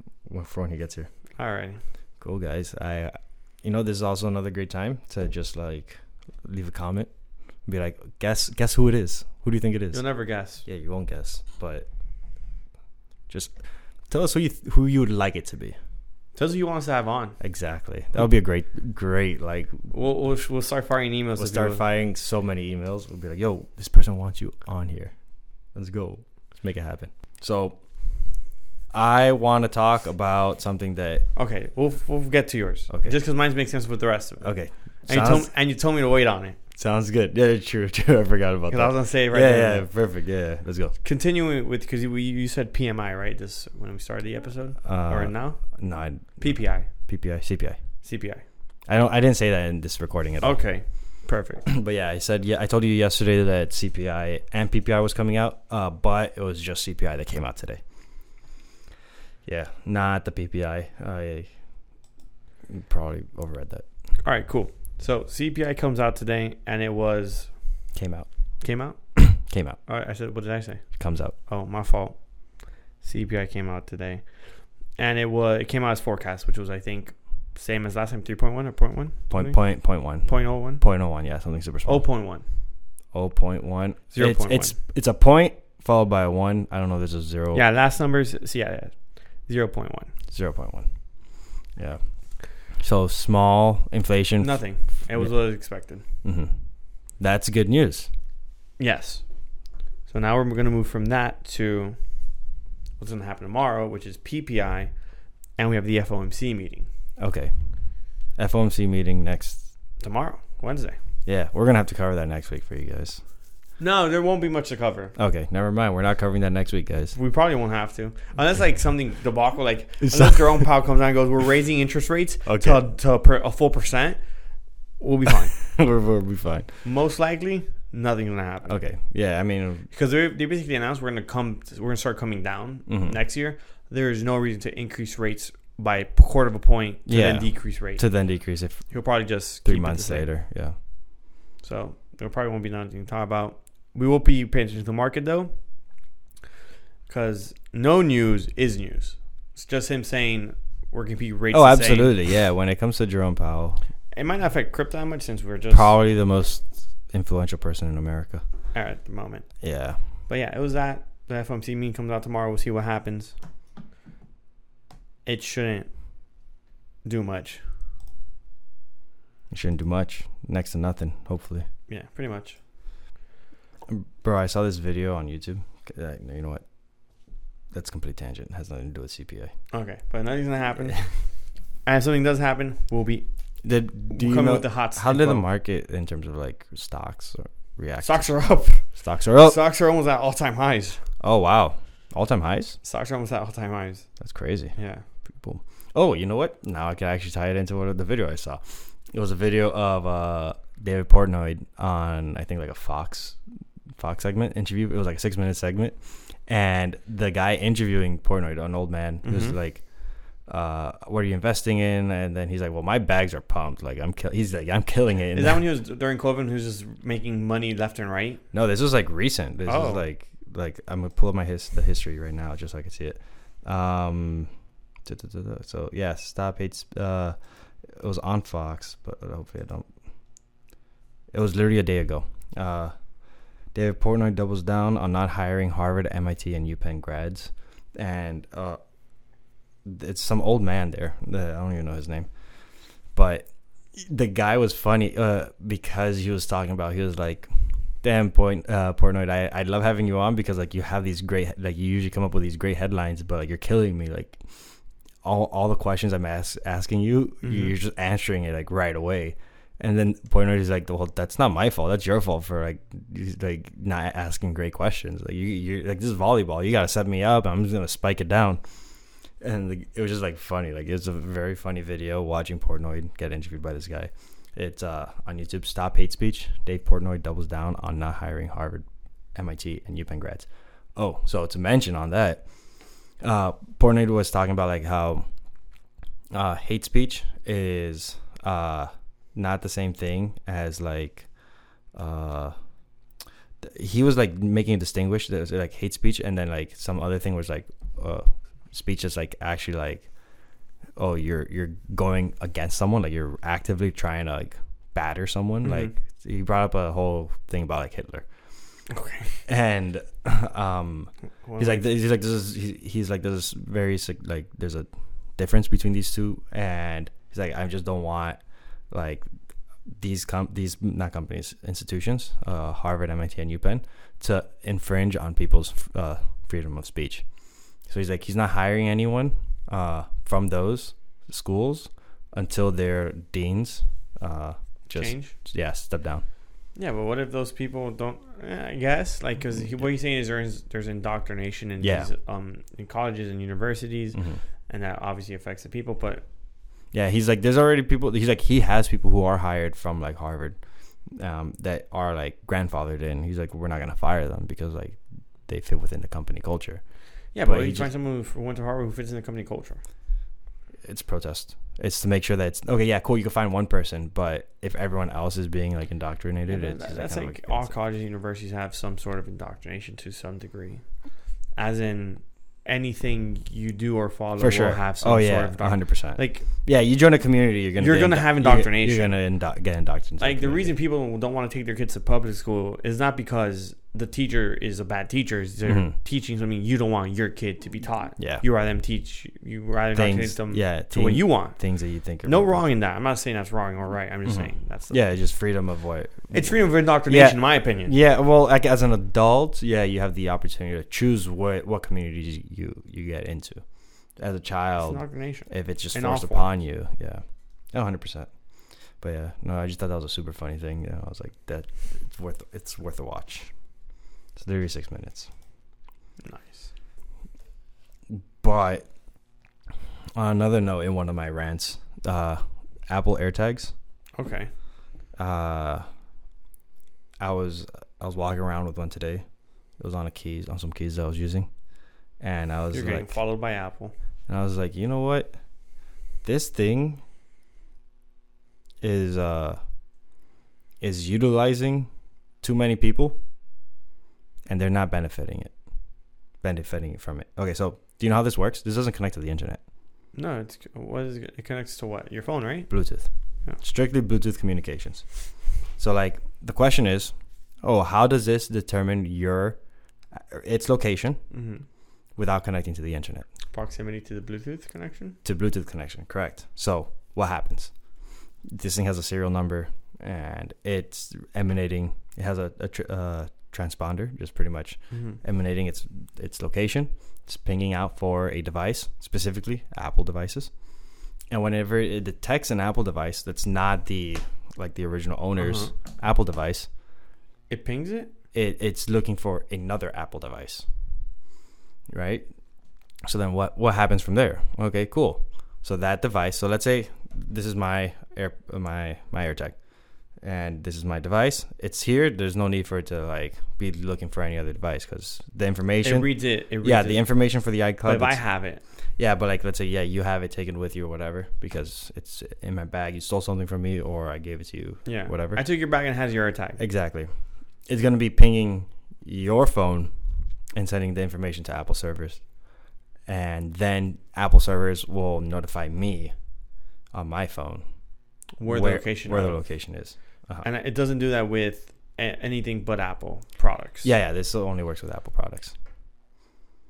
A: for when he gets here.
B: All right.
A: Cool guys, I you know this is also another great time to just like leave a comment, be like, guess guess who it is? Who do you think it is?
B: You'll never guess.
A: Yeah, you won't guess, but just tell us who you who you would like it to be.
B: Tell us who you want us to have on.
A: Exactly, that would be a great great like
B: We'll we'll, we'll start firing emails.
A: We'll
B: if
A: start
B: you-
A: firing so many emails. We'll be like, yo, this person wants you on here. Let's go. Let's make it happen. So I want to talk about something that,
B: Okay, we'll we'll get to yours.
A: Okay.
B: Just because mine makes sense with the rest of it.
A: okay.
B: And you,
A: Sounds,
B: told, and you told me to wait on it
A: sounds good. Yeah, true, [LAUGHS] true. I forgot about
B: because I was
A: that.
B: gonna say it right
A: yeah,
B: there.
A: yeah, perfect. Yeah, let's go.
B: Continuing with because you, you said PMI right? This when we started the episode
A: Uh,
B: or now
A: No, I,
B: PPI
A: PPI, CPI.
B: CPI.
A: I don't. I didn't say that in this recording at all.
B: Okay, perfect.
A: but yeah, I said. Yeah, I told you yesterday that CPI and PPI was coming out, uh, but it was just CPI that came out today. Yeah, not the PPI. I probably overread that.
B: All right, cool. So CPI comes out today, and it was
A: Came out.
B: came out.
A: Came out.
B: All right, I said what did I say?
A: Comes out.
B: Oh, my fault. CPI came out today, and it was it came out as forecast, which was I think same as last time, three point one or point one.
A: Point point point one.
B: Point oh one.
A: Point oh one. Yeah, something super
B: Oh
A: small.
B: point one.
A: Oh point one.
B: Zero
A: it's,
B: point
A: It's it's a point followed by a one. I don't know. if There's a zero.
B: Yeah, last numbers. So yeah, yeah. zero point one.
A: Zero point one. Yeah. So small inflation.
B: Nothing. It was what I expected.
A: hmm That's good news.
B: Yes. So now we're going to move from that to what's going to happen tomorrow, which is PPI, and we have the FOMC meeting.
A: Okay. FOMC meeting next.
B: Tomorrow, Wednesday.
A: Yeah, we're gonna have to cover that next week for you guys.
B: No, there won't be much to cover.
A: Okay, never mind. We're not covering that next week, guys. [LAUGHS]
B: We probably won't have to, unless like something debacle, like unless Jerome Powell comes out and goes, "We're raising interest rates
A: [LAUGHS] Okay.
B: to, to a per, a full percent," we'll be
A: [LAUGHS]
B: fine.
A: we're, we'll be fine.
B: Most likely, nothing's gonna happen
A: Okay. Yeah, I mean,
B: because they they basically announced we're gonna come, we're gonna start coming down
A: Mhm.
B: next year. There is no reason to increase rates by a quarter of a point to
A: Yeah.
B: then decrease rates.
A: to then decrease it
B: He'll probably just
A: three
B: keep it the
A: months
B: same.
A: later. Yeah.
B: So there probably won't be nothing to talk about. We will be paying attention to the market though, because no news is news. It's just him saying we're gonna be rates.
A: Oh,
B: the same.
A: absolutely. Yeah. When it comes to Jerome Powell,
B: It might not affect crypto that much since we're [LAUGHS] just
A: probably the most influential person in America.
B: at the moment.
A: Yeah.
B: But yeah, it was that. The FOMC meeting comes out tomorrow. We'll see what happens. It shouldn't do much.
A: You shouldn't do much. Next to nothing, hopefully.
B: Yeah, pretty much.
A: Bro, I saw this video on YouTube. Uh, You know what? That's complete tangent. It has nothing to do with CPA.
B: Okay, but nothing's
A: [LAUGHS]
B: gonna happen. and if something does happen, we'll be
A: Did do
B: we'll
A: you
B: coming
A: know
B: with the hot.
A: how did the
B: info.
A: market in terms of like stocks or react?
B: stocks are up?
A: Stocks are up.
B: Stocks are almost at all time highs.
A: Oh wow, all time highs.
B: Stocks are almost at all time highs.
A: That's crazy.
B: Yeah.
A: Boom. Oh, you know what? Now I can actually tie it into what the video I saw. It was a video of uh, David Portnoy on I think like a Fox Fox segment interview. It was like a six minute segment, and the guy interviewing Portnoy, an old man, was
B: Mhm.
A: like, uh, "What are you investing in?" And then he's like, "Well, my bags are pumped. Like I'm kill- he's like I'm killing it."
B: Is that when he was during COVID? Who's just making money left and right?
A: No, this was like recent. This
B: Oh.
A: is like like I'm gonna pull up my his the history right now just so I can see it. Um, duh, duh, duh, duh. so yeah, stop hates. Uh, it was on Fox, but hopefully I don't. It was literally a day ago. Uh, David Portnoy doubles down on not hiring Harvard, MIT, and UPenn grads, and uh, it's some old man there. that- I don't even know his name, but the guy was funny uh, because he was talking about he was like Damn, point, uh, Portnoy. I, I love having you on because like you have these great like you usually come up with these great headlines, but like you're killing me. Like all all the questions I'm ask, asking you,
B: Mhm.
A: you're just answering it like right away. And then Portnoy is like, well, that's not my fault. That's your fault for like you- like not asking great questions. Like you you're like this is volleyball. You gotta set me up. I'm just gonna spike it down. And like, it was just like funny. Like it's a very funny video watching Portnoy get interviewed by this guy. It's uh, on YouTube. Stop hate speech. Dave Portnoy doubles down on not hiring Harvard, MIT, and UPenn grads. Oh, so to mention on that, uh, Portnoy was talking about like how uh, hate speech is uh, not the same thing as like uh, th- he was like making a distinguish there's like hate speech and then like some other thing was like uh, speech is like actually like oh you're you're going against someone like you're actively trying to like batter someone
B: Mhm.
A: like he brought up a whole thing about like Hitler
B: Okay.
A: and [LAUGHS] um he's like th- he's like this is he- he's like there's very sig- like there's a difference between these two and he's like I just don't want like these com- these not companies institutions uh, Harvard MIT and UPenn to infringe on people's uh, freedom of speech so he's like he's not hiring anyone uh, from those schools until their deans uh, just
B: change.
A: yeah step down
B: Yeah, but what if those people don't? eh, I guess like because what he's saying is there's there's indoctrination in
A: Yeah.
B: these, um in colleges and universities,
A: Mhm.
B: and that obviously affects the people. But
A: Yeah, he's like, there's already people. He's like, he has people who are hired from like Harvard, um, that are like grandfathered in. He's like, we're not gonna fire them because like they fit within the company culture.
B: yeah,
A: But
B: but,
A: he
B: you find someone who went to Harvard who fits in the company culture.
A: It's protest. It's to make sure that it's okay. Yeah, cool. You can find one person, but if everyone else is being like indoctrinated,
B: Yeah,
A: it's
B: that-
A: just,
B: that's
A: kinda
B: like
A: against
B: all
A: it.
B: colleges and universities have some sort of indoctrination to some degree, as in anything you do or follow
A: for sure.
B: will have some
A: oh
B: sort
A: yeah,
B: of
A: one hundred percent.
B: like
A: Yeah, you join a community, you're gonna
B: You're
A: get
B: gonna
A: indo-
B: have
A: you're gonna-
B: indoctrination.
A: You're gonna, indo- get indoctrinated.
B: like the reason people don't want to take their kids to public school is not because the teacher is a bad teacher. It's They're
A: Mhm.
B: teaching something you don't want your kid to be taught.
A: Yeah.
B: you rather them teach you rather indoctrinate
A: things,
B: them
A: yeah,
B: to what
A: things-
B: you want.
A: things that you think are
B: No
A: proper.
B: wrong in that. I'm not saying that's wrong or right. I'm just
A: Mhm.
B: saying that's the,
A: Yeah, just freedom of what
B: It's freedom of indoctrination, in my opinion.
A: Yeah, well, like as an adult, yeah, you have the opportunity to choose what what communities you you get into. As a
B: It's
A: child,
B: indoctrination.
A: if it's just
B: in all
A: forced
B: forms.
A: upon you, yeah, Oh, hundred percent. But yeah, no, I just thought that was a super funny thing. You know, I was like, that it's worth it's worth a watch. It's thirty six minutes.
B: Nice.
A: But on another note, in one of my rants, uh, Apple AirTags,
B: Okay.
A: uh, I was I was walking around with one today. It was on a keys on some keys that I was using, and I was
B: You're getting
A: like,
B: followed by Apple.
A: And I was like, you know what? This thing is uh is utilizing too many people and they're not benefiting it. Benefiting from it. Okay, so do you know how this works? This doesn't connect to the internet.
B: No, it's what is it? It connects to what? Your phone, right?
A: Bluetooth.
B: Yeah.
A: Strictly Bluetooth communications. So like the question is, oh, how does this determine your uh, its location
B: Mm-hmm.
A: without connecting to the internet?
B: Proximity to the Bluetooth connection.
A: to Bluetooth connection. Correct. So what happens? This thing has a serial number and it's emanating. It has a, a tr- uh, transponder, just pretty much
B: Mm-hmm.
A: emanating its its location. It's pinging out for a device, specifically Apple devices. And whenever it detects an Apple device that's not the like the original owner's Apple device,
B: It pings it.
A: it, it's looking for another Apple device, right? So then what what happens from there? Okay, cool. So that device. So let's say this is my air my my AirTag, and this is my device. It's here. There's no need for it to like be looking for any other device because the
B: It
A: information.
B: reads it. it reads
A: yeah,
B: it.
A: the information for the
B: But
A: iCloud.
B: if I
A: that's-
B: have it,
A: yeah, but like let's say yeah, you have it taken with you or whatever because it's in my bag. You stole something from me or I gave it to you.
B: yeah,
A: Whatever.
B: I took your bag and it has your AirTag.
A: Exactly. It's going to be pinging your phone and sending the information to Apple servers. And then Apple servers will notify me on my phone
B: Where, the location?
A: where the
B: of.
A: location is. Uh-huh.
B: And it doesn't do that with a- anything but Apple products.
A: yeah, yeah, this only works with Apple products.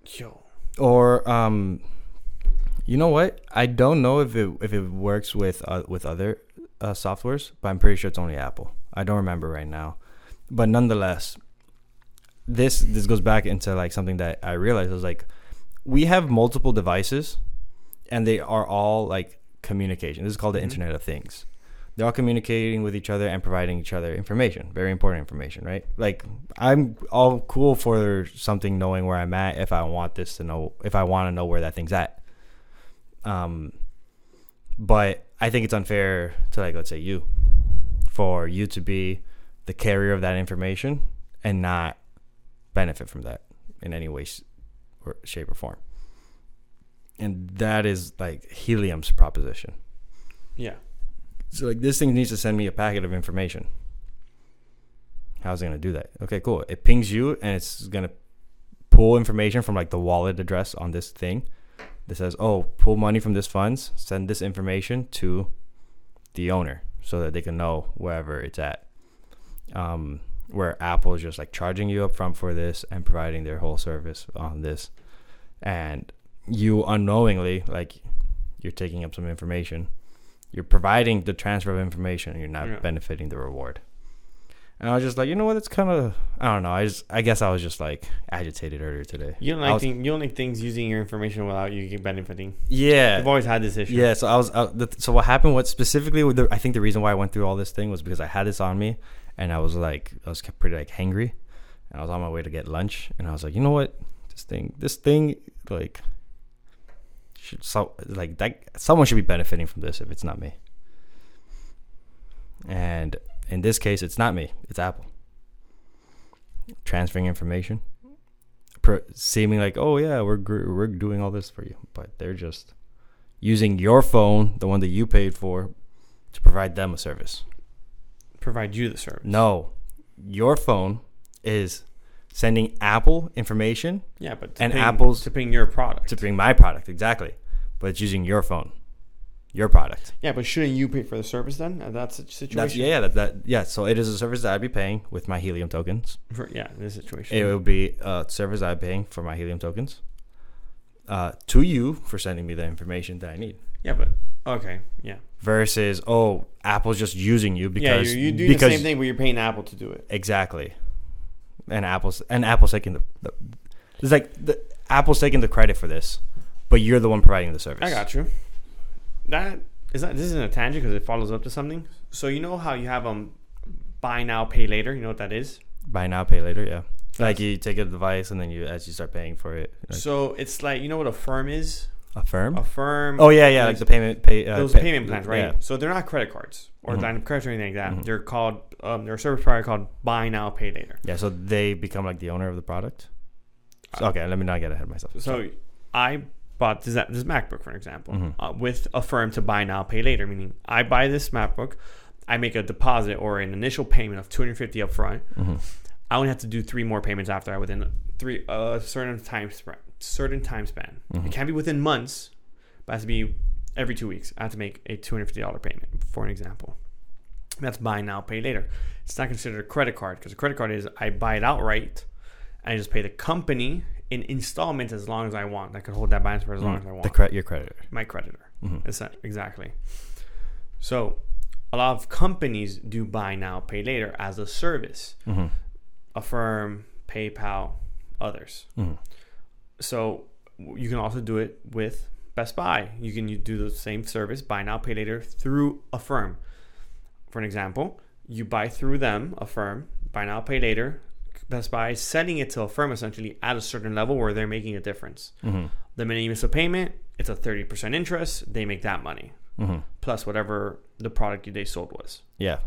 B: Yo.
A: Or um you know what? I don't know if it if it works with uh, with other uh, softwares, but I'm pretty sure it's only Apple. I don't remember right now. But nonetheless, this this goes back into like something that I realized I was like we have multiple devices and they are all like communication. This is called the
B: Mhm.
A: Internet of Things. They're all communicating with each other and providing each other information, very important information, right? Like I'm all cool for something knowing where I'm at if I want this to know if I want to know where that thing's at. Um but I think it's unfair to like let's say you for you to be the carrier of that information and not benefit from that in any way s- or shape or form. And that is like helium's proposition.
B: Yeah.
A: So like this thing needs to send me a packet of information. How's it gonna do that? Okay, cool. It pings you and it's gonna pull information from like the wallet address on this thing that says, Oh, pull money from this funds, send this information to the owner so that they can know wherever it's at. Um where Apple is just like charging you up front for this and providing their whole service on this. And you unknowingly, like you're taking up some information you're providing the transfer of information and you're not
B: Yeah.
A: benefiting the reward and i was just like you know what it's kind of i don't know i just i guess i was just like agitated earlier today
B: You don't
A: I
B: like
A: was-
B: thing, you don't like things using your information without you benefiting.
A: yeah
B: I've always had this issue.
A: yeah so i was uh, the, so what happened what specifically with the, i think the reason why i went through all this thing was because i had this on me and i was like i was pretty like hangry and i was on my way to get lunch and i was like you know what this thing this thing like should so like that someone should be benefiting from this if it's not me and in this case it's not me it's apple transferring information pro- seeming like oh yeah we're gr- we're doing all this for you but they're just using your phone the one that you paid for to provide them a service
B: Provide you the service.
A: no your phone is sending apple information
B: Yeah, but to
A: And
B: ping-
A: Apple's-
B: to ping your product.
A: to bring my product exactly but it's using your phone your product
B: yeah, but shouldn't you pay for the service then? Uh, That's a situation.
A: that's yeah yeah, that, that yeah so it is a service that i'd be paying with my helium tokens
B: For, yeah, in this situation.
A: it would be a service i'm paying for my helium tokens uh, to you for sending me the information that i need
B: yeah, but okay, yeah,
A: versus oh apple's just using you because
B: yeah. You, you do the
A: because
B: same thing, but you're paying Apple to do it.
A: Exactly. And Apple's and Apple's taking the, the it's like the Apple's taking the credit for this, but you're the one providing the service.
B: I got you. That Is that this isn't a tangent because it follows up to something? So you know how you have um, buy now, pay later. You know what that is?
A: Buy now, pay later. Yeah. Like you take a device and then you, as you start paying for it, like
B: So it's like you know what a firm is.
A: a firm.
B: A firm.
A: oh yeah, yeah. Like the payment pay. Uh,
B: those
A: pay-
B: payment plans, right?
A: Yeah.
B: So they're not credit cards or
A: Mhm.
B: line of credit or anything like that.
A: Mhm.
B: They're called um, they're a service provider called buy now, pay later.
A: Yeah, So they become like the owner of the product. So- okay, let me not get ahead of myself.
B: Uh, So I bought this this MacBook for an example
A: Mhm.
B: uh, with a firm to buy now, pay later. Meaning I buy this MacBook, I make a deposit or an initial payment of two hundred fifty up front.
A: Mhm.
B: I only have to do three more payments after that within three a certain time span. Certain time span. It can't be within months, but it has to be every two weeks. I have to make a two hundred fifty dollar payment for an example. That's buy now, pay later. It's not considered a credit card because a credit card is I buy it outright and I just pay the company in installments as long as I want. I can hold that balance for as long as I want
A: Mm. Mm-hmm. The cre- your creditor.
B: my creditor.
A: Mhm.
B: It's that- exactly. So, a lot of companies do buy now, pay later as a service.
A: Mhm.
B: Affirm, PayPal, others.
A: Mhm.
B: So, w- you can also do it with Best Buy. You can you do the same service, buy now, pay later through Affirm. For an example, you buy through them, Affirm, buy now, pay later. Best Buy is sending it to Affirm essentially at a certain level where they're making a difference.
A: Mhm.
B: The minute you miss a payment, it's a 30% interest. They make that money
A: Mhm.
B: plus whatever the product they sold was.
A: Yeah.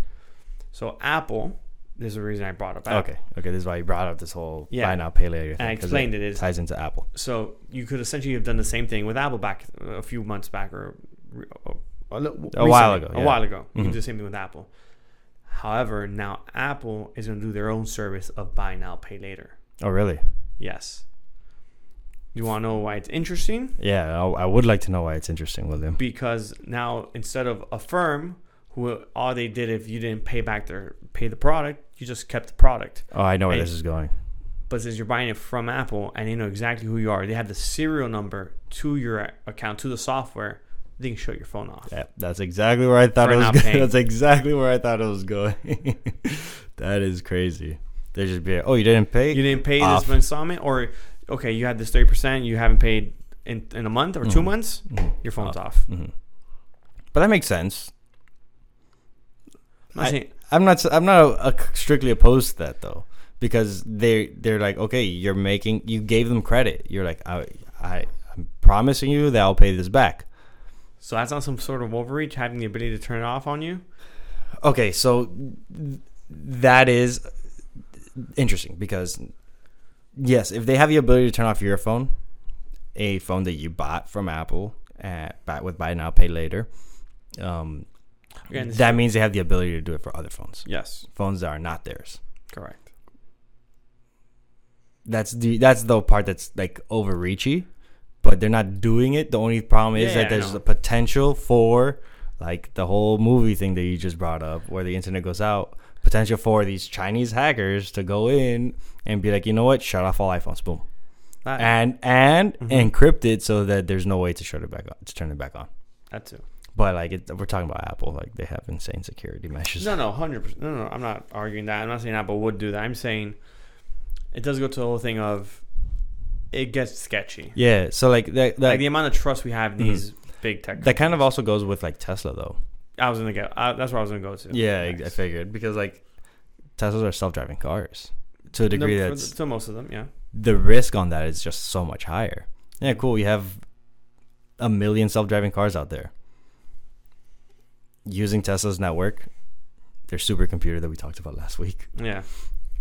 B: So Apple, there's a reason I brought up Apple.
A: Okay. Okay. This is why you brought up this whole
B: Yeah.
A: buy now, pay later.
B: And I
A: 'cause
B: explained it
A: It
B: is
A: ties into Apple.
B: so you could essentially have done the same thing with Apple back uh, a few months back or re- uh, a, li-
A: A while
B: recently,
A: ago,
B: A
A: yeah.
B: while ago, you can
A: Mhm.
B: do the same thing with Apple. However, now Apple is going to do their own service of buy now, pay later.
A: Oh, really?
B: Yes. Do you want to know why it's interesting?
A: Yeah. I, I would like to know why it's interesting, William.
B: because now instead of a firm who all they did if you didn't pay back their pay the product you just kept the product
A: Oh, I know where
B: Hey.
A: this is going.
B: but since you're buying it from apple and they know exactly who you are they have the serial number to your account to the software they can shut your phone off
A: Yeah, that's exactly where I thought
B: For
A: it was.
B: not
A: Going. [LAUGHS]
B: paying.
A: That's exactly where I thought it was going. [LAUGHS] that is crazy. They just be like, oh, you didn't pay.
B: you didn't pay
A: Off.
B: this installment or okay you had this 30% you haven't paid in, in a month or two
A: Mhm.
B: months
A: Mhm.
B: your phone's off,
A: Mhm. But that makes sense.
B: I'm not
A: I-
B: saying-
A: I'm not. I'm not uh strictly opposed to that though, because they they're like, okay, you're making. You gave them credit. You're like, I, I I'm promising you that I'll pay this back.
B: so that's not some sort of overreach having the ability to turn it off on you
A: Okay, so th- that is interesting because yes, if they have the ability to turn off your phone, a phone that you bought from Apple at buy- with buy now pay later, um,
B: Again, this-
A: that means they have the ability to do it for other phones,
B: yes
A: phones that are not theirs.
B: correct
A: That's the that's the part that's like overreachy, but they're not doing it. The only problem is
B: Yeah,
A: that
B: I
A: there's
B: know.
A: a potential for like the whole movie thing that you just brought up where the internet goes out, potential for these Chinese hackers to go in and be like, "You know what? Shut off all iPhones." Boom.
B: that,
A: And and
B: Mhm.
A: encrypt it so that there's no way to shut it back on, to turn it back on.
B: that too
A: But like it, we're talking about Apple, like they have insane security measures.
B: No, no, hundred percent. No, no, I'm not arguing that. I'm not saying Apple would do that. I'm saying it does go to the whole thing of it gets sketchy.
A: Yeah, so like that that,
B: like the amount of trust we have in
A: Mhm.
B: these big tech.
A: that kind of also goes with like Tesla though.
B: I was gonna get. I, that's where I was gonna go to.
A: Yeah,
B: next.
A: I figured because like Teslas are self-driving cars to a degree
B: No, for
A: that's
B: the- to most of them. Yeah,
A: the risk on that is just so much higher. Yeah, cool. You have a million self-driving cars out there using Tesla's network, their supercomputer that we talked about last week,
B: yeah.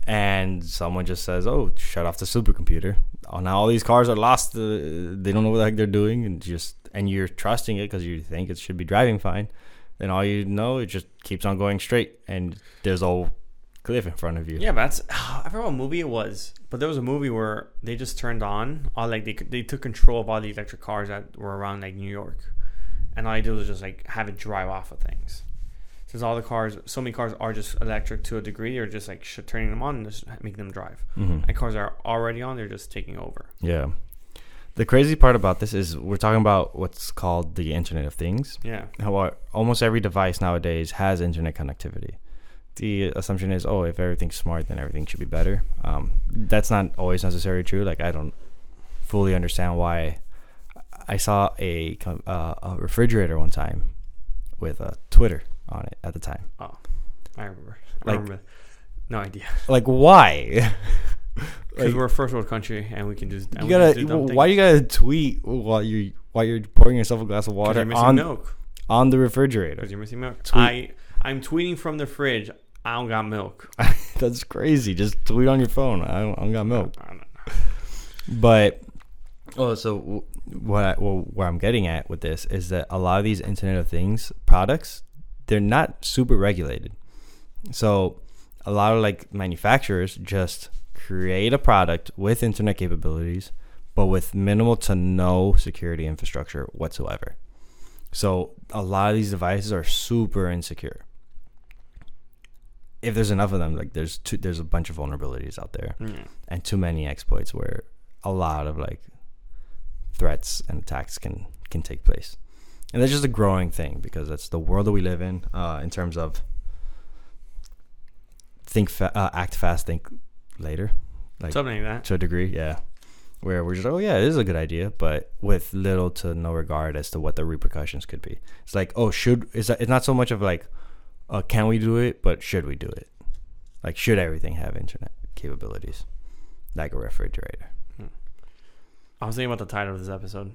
A: and someone just says, "Oh, shut off the supercomputer." Oh, now all these cars are lost. Uh, they don't know what the heck they're doing, and just and you're trusting it because you think it should be driving fine. Then all you know, it just keeps on going straight, and there's a whole cliff in front of you.
B: Yeah, but that's [SIGHS] I forgot what movie it was, but there was a movie where they just turned on all like they they took control of all the electric cars that were around like New York, and all they did was just like have it drive off of things. Since all the cars, so many cars are just electric to a degree, or just like sh- turning them on and just making them drive.
A: Mhm.
B: And cars that are already on, they're just taking over.
A: Yeah. The crazy part about this is we're talking about what's called the Internet of Things.
B: Yeah,
A: How our- almost every device nowadays has internet connectivity. The assumption is, oh, if everything's smart, then everything should be better. Um, that's not always necessarily true. Like I don't fully understand why. I saw a co- uh, a refrigerator one time with uh, Twitter on it at the time.
B: I remember. I
A: Like-
B: remember. No idea.
A: Like, why? [LAUGHS]
B: Because
A: like,
B: we're a first world country and we can just. and
A: you
B: we can just
A: gotta.
B: do dumb
A: Why
B: things.
A: you gotta tweet while you while you're pouring yourself a glass of
B: 'Cause
A: water
B: you're missing
A: on
B: milk.
A: on the refrigerator? [LAUGHS]
B: Because you're missing milk.
A: Tweet.
B: I I'm tweeting from the fridge. I don't got milk.
A: That's crazy. Just tweet on your phone. I don't, I don't got milk.
B: I don't know.
A: But oh, so w- what? I, well, where I'm getting at with this is that a lot of these Internet of Things products, they're not super regulated. So a lot of like manufacturers just create a product with internet capabilities, but with minimal to no security infrastructure whatsoever. So a lot of these devices are super insecure. If there's enough of them, like there's two, there's a bunch of vulnerabilities out there
B: Yeah.
A: and too many exploits where a lot of like threats and attacks can can take place and that's just a growing thing because that's the world that we live in uh, in terms of think fa- uh, act fast think later Like-
B: Something like that.
A: to a degree yeah where we're just oh yeah it is a good idea but with little to no regard as to what the repercussions could be it's like oh should it's, it's not so much of like uh, can we do it but should we do it like should everything have internet capabilities like a refrigerator
B: I was thinking about the title of this episode.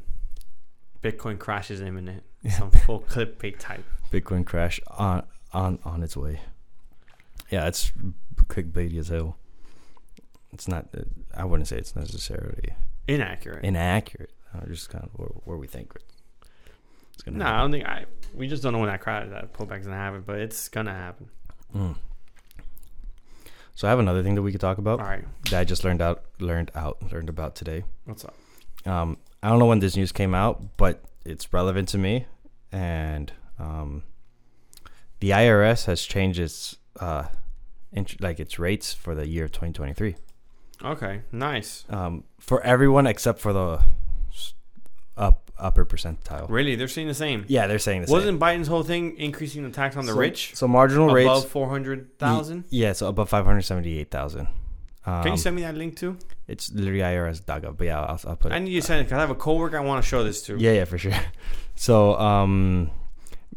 B: Bitcoin crashes imminent. Some full clickbait type.
A: bitcoin crash on on on its way yeah it's clickbaity as hell it's not i wouldn't say it's necessarily
B: Inaccurate.
A: inaccurate i just kind of where, where we think it's gonna
B: no, I don't think I. We just don't know when that crowd that pullback's gonna happen, but it's gonna happen.
A: Mm. So I have another thing that we could talk about
B: All right,
A: that I just learned out learned out learned about today.
B: what's up?
A: Um, I don't know when this news came out, but it's relevant to me. And um, the IRS has changed its uh, int- like its rates for the year 2023
B: Okay, nice.
A: um, for everyone except for the s- up upper percentile.
B: Really, they're seeing the same.
A: Oh. Yeah, they're saying this.
B: Wasn't Biden's whole thing increasing the tax on the rich
A: So marginal rates.
B: above four hundred thousand?
A: Yeah, so above 578,000. Um,
B: Can you send me that link too?
A: It's literally IRS.gov, but yeah, I'll, I'll put it.
B: I need you to send it because I have a coworker I want to show this to.
A: Yeah, yeah, for sure. [LAUGHS] So, um,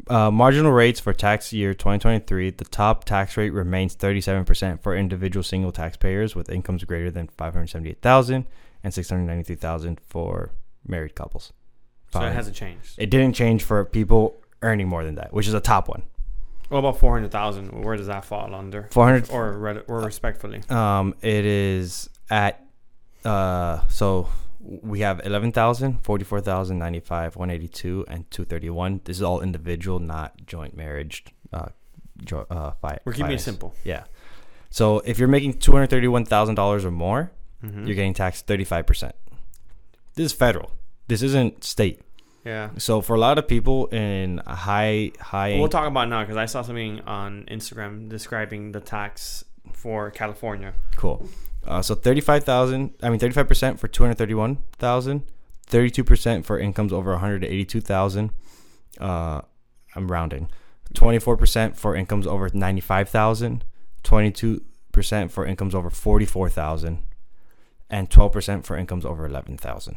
A: uh, marginal rates for tax year 2023, the top tax rate remains 37% for individual single taxpayers with incomes greater than 578,000 and 693,000 for married couples.
B: so it
A: Fine.
B: hasn't changed.
A: It didn't change for people earning more than that, which is a top one.
B: What about four hundred thousand? Where does that fall under?
A: 400
B: Or, re-
A: Uh,
B: or respectfully,
A: Um, it is at uh, so we have 11,000, 44,095, 182, and 231. This is all individual, not joint marriage. Uh, jo- uh, fi-
B: we're keeping
A: finance.
B: it simple.
A: Yeah. So if you're making $231,000 or more,
B: Mm-hmm.
A: you're getting taxed 35%. This is federal. This isn't state.
B: yeah.
A: So for a lot of people in high, high,
B: We'll talk about it now because I saw something on Instagram describing the tax for California.
A: Cool. Uh, so 35,000, I mean 35% for 231,000, 32% for incomes over 182,000. Uh I'm rounding. 24% for incomes over 95,000, 22% for incomes over 44,000, and 12% for incomes over 11,000.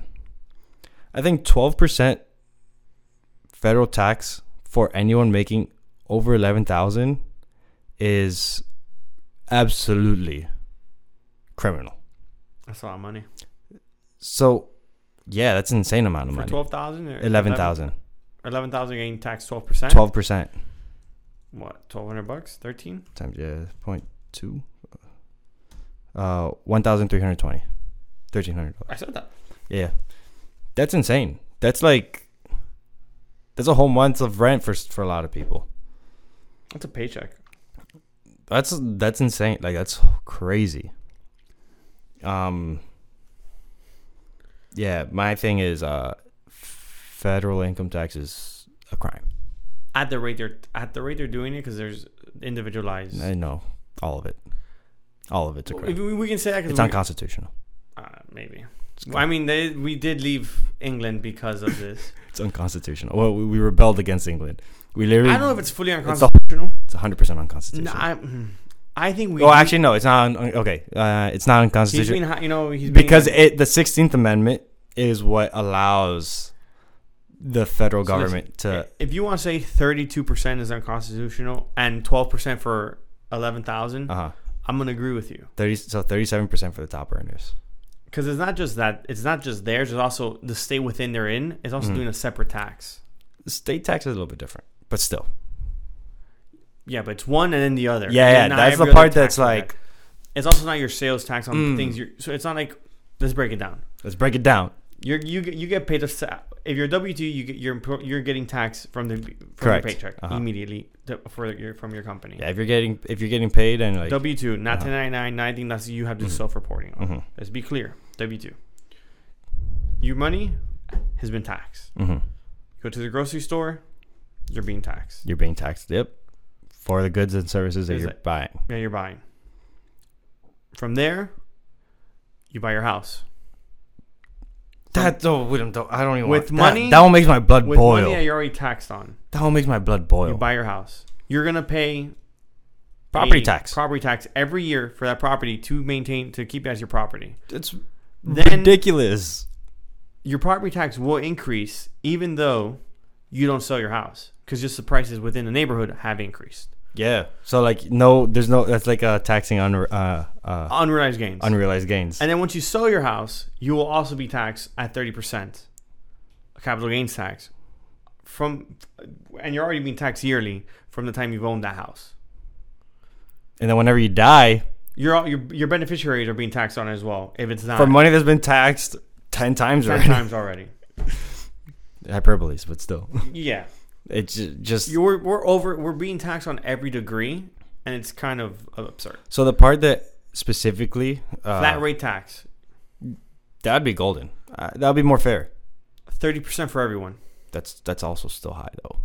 A: I think 12% federal tax for anyone making over 11,000 is absolutely criminal.
B: That's a lot of money.
A: So, yeah, that's an insane amount of
B: For
A: money.
B: twelve thousand or
A: 11,000.
B: Eleven thousand getting taxed twelve percent.
A: 12%
B: What? Twelve hundred bucks? Thirteen?
A: times, yeah, point two. Uh, 1,320. 1,300.
B: I said that.
A: Yeah. That's insane. That's like, that's a whole month of rent for, for a lot of people.
B: That's a paycheck.
A: That's, that's insane. Like, that's crazy. Um, yeah, my thing is, uh, federal income tax is a crime.
B: At the rate they're at the rate they're doing it because there's individualized.
A: I know all of it. All of it's a crime.
B: we, we can say that
A: It's
B: because
A: unconstitutional.
B: uh, maybe.
A: It's,
B: I mean, they we did leave England because of
A: [LAUGHS]
B: this.
A: it's unconstitutional. Well, we, we rebelled against England. We
B: I
A: literally.
B: don't know if it's fully
A: It's a-
B: unconstitutional.
A: It's 100%
B: No,
A: unconstitutional.
B: I, mm, I think we.
A: well, actually, no. It's not. Un, un- okay, uh, it's not
B: he's
A: unconstitutional
B: been, hi- you know, he's been-
A: because it the 16th Amendment is what allows the federal
B: So listen,
A: government to
B: if you want to say 32% is unconstitutional and 12% for 11,000,
A: uh huh
B: I'm going to agree with you.
A: thirty so thirty seven percent for the top earners.
B: Because it's not just that. It's not just theirs. It's also the state within they're in. It's also
A: Mhm.
B: doing a separate tax.
A: State tax is a little bit different, but still.
B: Yeah, but it's one and then the other.
A: Yeah, yeah,
B: And then not
A: that's
B: every
A: the
B: other
A: part
B: tax
A: that's
B: on
A: like-
B: that. It's also not your sales tax on
A: Mm.
B: things. You're, so it's not like. Let's break it down.
A: Let's break it down.
B: You're, you get- you get paid a sa- if you're W two you get you're emplo- you're getting tax from the from
A: Correct.
B: your paycheck
A: Uh-huh.
B: immediately to, for your from your company.
A: Yeah, if you're getting if you're getting paid and like
B: W two, not
A: Uh-huh.
B: ten ninety nine. I think that's you have to
A: Mhm.
B: self reporting on.
A: Mhm.
B: Let's be clear. W two. Your money has been taxed.
A: Mhm.
B: Go to the grocery store, you're being taxed.
A: you're being taxed. Yep. For the goods and services that
B: Is
A: you're
B: it-
A: buying.
B: Yeah, you're buying. From there, you buy your house.
A: That don't we don't, don't I don't even
B: With
A: want- that-
B: money-
A: That, one makes my blood
B: With
A: boil.
B: money that you're already taxed on,
A: that one makes my blood boil.
B: you buy your house. You're gonna pay
A: Property
B: a
A: tax.
B: property tax every year for that property to maintain to keep it as your property.
A: it's
B: Then-
A: ridiculous.
B: Your property tax will increase even though you don't sell your house because just the prices within the neighborhood have increased.
A: Yeah. So like no, there's no. That's like uh, taxing on uh, uh,
B: Unrealized gains.
A: unrealized gains.
B: And then once you sell your house, you will also be taxed at 30% capital gains tax from and you're already being taxed yearly from the time you've owned that house.
A: And then whenever you die,
B: Your all- your your beneficiaries are being taxed on it as well if it's not
A: for money that's been taxed ten times
B: 10
A: already.
B: times already.
A: Hyperboles, but still, [LAUGHS]
B: Yeah.
A: it's ju- just
B: You we're, we're over we're being taxed on every degree and it's kind of absurd.
A: so the part that specifically uh,
B: Flat rate tax.
A: that'd be golden. Uh, that'd be more fair.
B: 30% for everyone.
A: That's that's also still high though.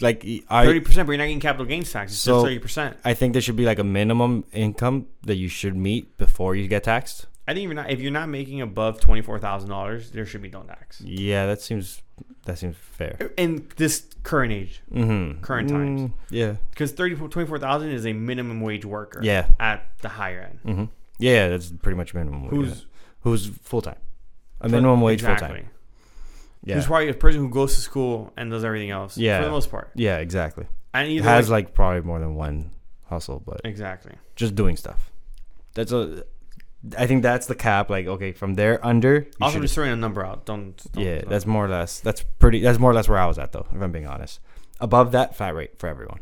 A: Like I
B: 30%, but you're not getting capital gains tax. It's
A: So-
B: just 30%.
A: I think there should be like a minimum income that you should meet before you get taxed.
B: I think if you're not if you're not making above $24,000, there should be no tax.
A: Yeah, that seems that seems fair.
B: in this current age
A: Mm-hmm.
B: Current times.
A: Yeah.
B: because 24,000 is a minimum wage worker
A: Yeah.
B: at the higher end
A: Mm-hmm. Yeah, that's pretty much minimum wage.
B: who's
A: who's full time? A minimum wage full time.
B: exactly.
A: Yeah.
B: who's probably a person who goes to school and does everything else
A: Yeah.
B: for the most part
A: yeah, exactly.
B: and
A: It
B: either
A: has
B: has
A: like probably more than one hustle, but
B: exactly
A: just doing stuff. That's a. I think that's the cap. Like, okay, from there under, you
B: also
A: should-
B: just throwing a number out don't, don't
A: yeah,
B: don't-
A: that's more or less. That's pretty. That's more or less where I was at, though. If I'm being honest, above that flat rate for everyone.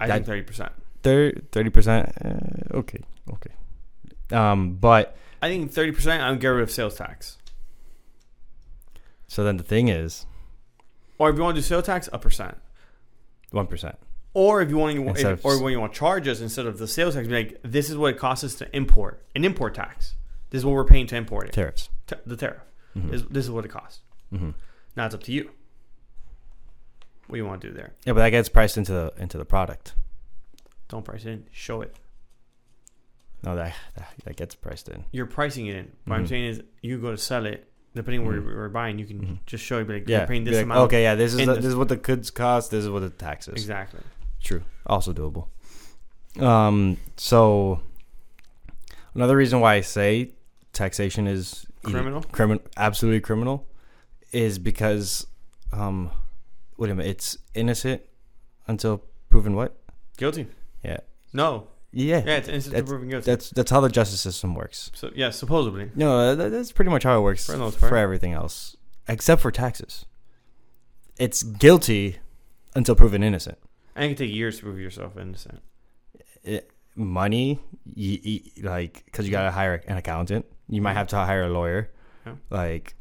B: I
A: that-
B: think 30 percent
A: thirty percent. Uh, okay, okay. Um, but
B: I think 30 percent I would get rid of sales tax
A: so then the thing is
B: or if you want to do sales tax a percent
A: one percent.
B: or if you want to,
A: Instead of-
B: if, or when you want to charge us instead of the sales tax be like this is what it costs us to import an import tax this is what we're paying to import it
A: tariffs.
B: T- the tariff
A: Mhm.
B: is this is what it costs
A: hmm
B: Now it's up to you. What do you want to do there?
A: Yeah, but that gets priced into the into the product.
B: Don't price it in. Show it.
A: No, that that, that gets priced in.
B: You're pricing it in. What I'm
A: Mhm.
B: saying is, you go to sell it. Depending where
A: Mhm.
B: you're buying, you can
A: Mhm.
B: just show it. Be like,
A: Yeah.
B: you're paying
A: be
B: this
A: like,
B: amount.
A: Okay, yeah. This is
B: in
A: the-
B: the-
A: this is what the goods cost. This is what the taxes.
B: Exactly.
A: True. Also doable. Um. So another reason why I say taxation is
B: Criminal?
A: criminal, absolutely criminal, is because um, wait a minute, it's innocent until proven what?
B: Guilty.
A: Yeah.
B: No.
A: Yeah.
B: Yeah, it's instant to proven guilty.
A: That's that's how the justice system works.
B: So yeah, supposedly.
A: No, uh, that, that's pretty much how it works
B: For the
A: for,
B: most part.
A: everything else, except for taxes. It's guilty until proven innocent.
B: And it can take years to prove yourself innocent.
A: it, money, you, you- like because you gotta hire an accountant. You might have to hire a lawyer.
B: Yeah.
A: Like,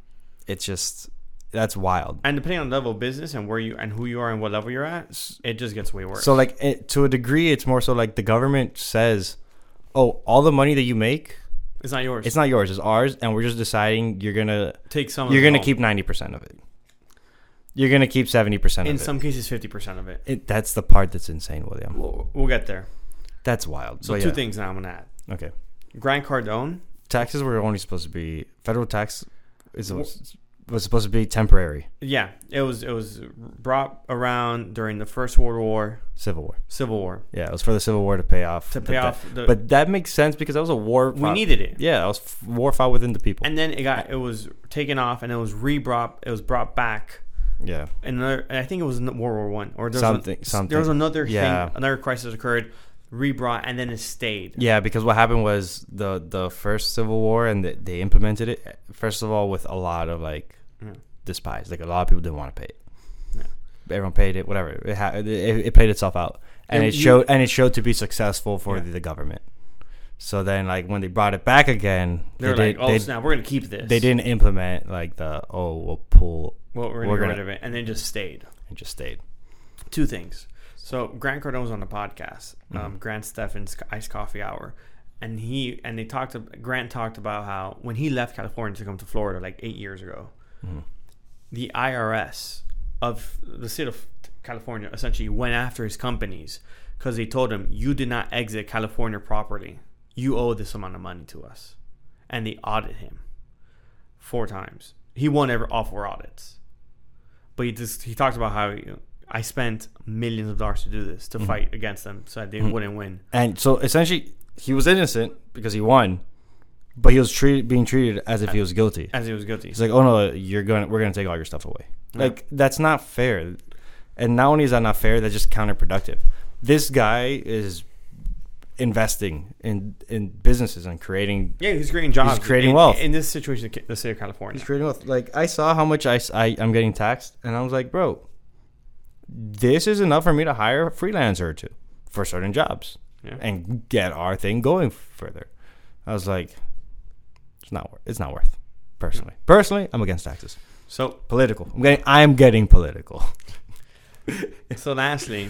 A: it's just that's wild.
B: And depending on the level of business and where you and who you are and what level you're at, it just gets way worse.
A: So like it, to a degree, it's more so like the government says, "Oh, all the money that you make,
B: it's not yours.
A: it's not yours, it's ours, and we're just deciding you're gonna
B: take some.
A: you're
B: of it
A: gonna
B: home.
A: keep ninety percent of it. You're gonna keep seventy percent
B: in
A: of it.
B: some cases fifty percent of it.
A: it. That's the part that's insane, William.
B: We'll, we'll get there.
A: That's wild.
B: So
A: But
B: two
A: yeah.
B: things now I'm gonna add.
A: Okay,
B: Grant Cardone
A: taxes were only supposed to be federal tax is
B: Well,
A: was supposed to be temporary
B: Yeah, it was it was brought around during the First World War,
A: Civil War.
B: Civil War
A: Yeah, it was for the Civil War to pay off.
B: to
A: the
B: pay
A: debt.
B: off. The,
A: but that makes sense because that was a war.
B: we
A: fought-
B: needed it,
A: Yeah, that was f- war fought within the people.
B: and then it got it was taken off, and it was re brought it was brought back.
A: yeah,
B: And another, and I think it was in World War One or there was
A: Something-
B: a,
A: something.
B: There was another
A: Yeah.
B: thing, another crisis occurred, re brought, and then it stayed.
A: yeah. Because what happened was the the first Civil War, and the, they implemented it first of all with a lot of like
B: Yeah.
A: despise. Like a lot of people didn't want to pay it.
B: Yeah.
A: Everyone paid it. Whatever. It, ha- it, it played itself out, and,
B: And
A: it
B: you-
A: showed. And it showed to be successful for
B: Yeah.
A: the, the government. So then, like when they brought it back again,
B: They were
A: did-
B: like, "Oh snap, we're gonna keep this."
A: they didn't implement like the oh we'll pull
B: Well, we're gonna
A: We're
B: get
A: gonna-
B: rid of it, and then just stayed.
A: and just stayed.
B: two things. So Grant Cardone was on the podcast, um, Grant Steffen's Ice Coffee Hour, and he and they talked. Grant talked about how when he left California to come to Florida like eight years ago, the IRS of the state of California essentially went after his companies because they told him you did not exit California properly. You owe this amount of money to us, and they audited him four times. He won every all four audits but he just he talked about how you know, I spent millions of dollars to do this
A: Mm-hmm.
B: to fight against them so that they wouldn't win.
A: And so essentially, he was innocent because he won, but he was treated being treated as if he was guilty.
B: As he was guilty.
A: It's like, oh no, you're gonna we're gonna take all your stuff away. Like that's not fair. And not only is that not fair, that's just counterproductive. This guy is investing in in businesses and creating.
B: Yeah, he's creating jobs.
A: creating
B: in,
A: wealth.
B: in this situation, the ca- the state of California.
A: He's creating wealth. Like I saw how much I, I am getting taxed, and I was like, bro, this is enough for me to hire a freelancer or two for certain jobs.
B: Yeah.
A: and get our thing going further. I was like, it's not worth. It's not worth. Personally, personally, I'm against taxes.
B: So,
A: Political. I'm getting. I'm getting political.
B: so lastly,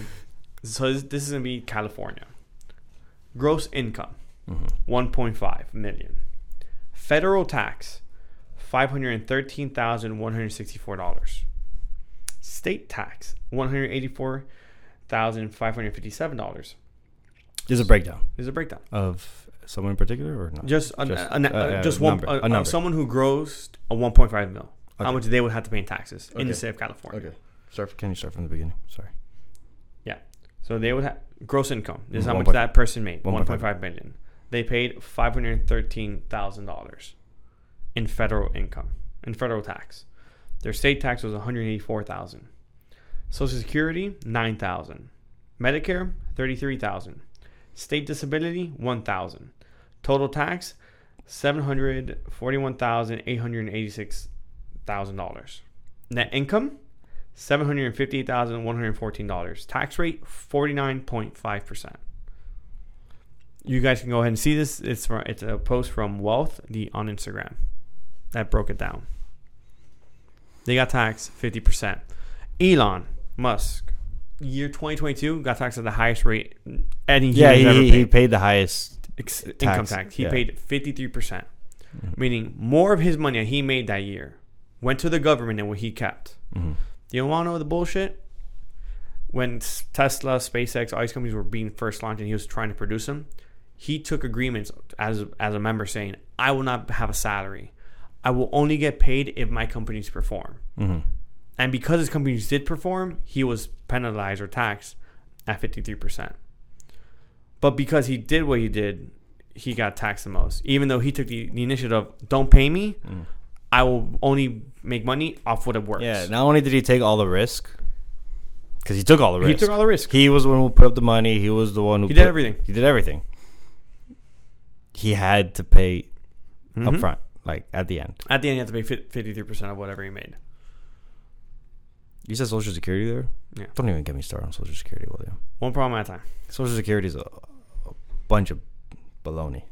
B: so this, this is gonna be California. Gross income, one point five million. Federal tax, five hundred thirteen thousand one hundred sixty-four dollars. State tax, one hundred eighty-four thousand five hundred fifty-seven dollars.
A: There's a breakdown
B: There's a breakdown.
A: of someone in particular, or not?
B: Just an,
A: Just,
B: an-
A: uh, uh,
B: just
A: a
B: one
A: number,
B: uh,
A: a number.
B: someone who grows a 1.5 mil. How
A: Okay.
B: much they would have to pay in taxes in
A: Okay.
B: the state of California.
A: Start. Can you start from the beginning? Sorry.
B: Yeah. So they would have gross income. This is
A: Mm,
B: how much
A: 1.5
B: that person made.
A: 1.5.
B: 1.5 million. They paid $513,000 in federal income, in federal tax. Their state tax was 184,000. Social Security 9,000. Medicare 33,000. State disability 1,000. Total tax $741,886,000. Net income seven hundred fifty thousand one hundred fourteen dollars. Tax rate forty nine point five percent. You guys can go ahead and see this. It's from, it's a post from Wealth the on Instagram that broke it down. They got taxed fifty percent. Elon Musk, year twenty twenty two, got taxed at the highest rate any
A: Yeah,
B: year
A: he,
B: ever
A: he,
B: paid.
A: paid the highest.
B: Ex- income
A: tax,
B: tax. He
A: yeah.
B: paid fifty three percent, meaning more of his money that he made that year went to the government than what he kept.
A: Mm-hmm.
B: You don't want to know the bullshit. When s- Tesla, SpaceX, all these companies were being first launched, and he was trying to produce them, he took agreements as as a member saying, "I will not have a salary. I will only get paid if my companies perform."
A: Mm-hmm.
B: And because his companies did perform, he was penalized or taxed at fifty three percent. But because he did what he did, he got taxed the most. Even though he took the, the initiative, don't pay me, I will only make money off what it works.
A: Yeah. Not only did he take all the risk, because he took all the
B: he
A: risk.
B: took all the risk.
A: He was the one who put up the money. He was the one who
B: He did
A: put-
B: everything.
A: He did everything. He had to pay up
B: Mhm.
A: front, like at the end.
B: At the end, you have to pay fifty three percent of whatever he made.
A: You said Social Security there?
B: Yeah.
A: Don't even get me started on Social Security, William.
B: One problem at a time.
A: Social Security is a, a bunch of baloney.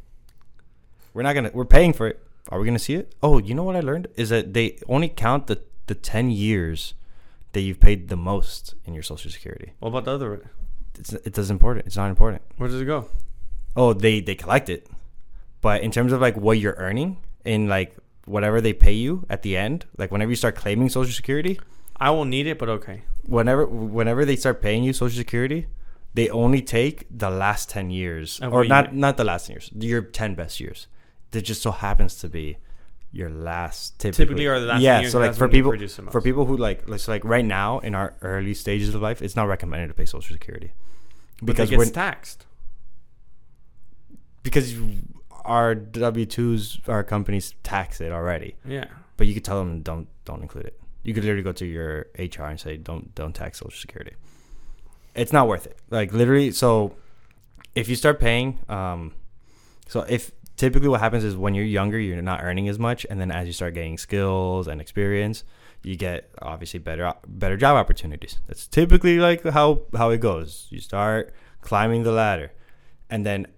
A: We're not gonna. We're paying for it. Are we gonna see it? Oh, you know what I learned is that they only count the the ten years that you've paid the most in your Social Security.
B: What about the other?
A: It's it doesn't important. It's not important.
B: Where does it go?
A: Oh, they they collect it, but in terms of like what you're earning in like whatever they pay you at the end, like whenever you start claiming Social Security,
B: I won't need it, but okay.
A: whenever whenever they start paying you social security they only take the last 10 years
B: Of
A: or
B: what you
A: not
B: made.
A: not the last 10 years your 10 best years that just so happens to be your last
B: Typically,
A: typically,
B: are the last
A: yeah.
B: years,
A: so like
B: that's
A: for
B: when you
A: people
B: produce the
A: for
B: most.
A: people who like let's like right now in our early stages of life, it's not recommended to pay Social Security because
B: because it gets
A: we're
B: taxed.
A: because our W twos our companies tax it already.
B: Yeah.
A: But you could tell them don't don't include it. You could literally go to your HR and say don't don't tax Social Security. It's not worth it. Like literally, so if you start paying, um, so if typically what happens is when you're younger, you're not earning as much, and then as you start gaining skills and experience, you get obviously better better job opportunities. That's typically like how how it goes. You start climbing the ladder, and then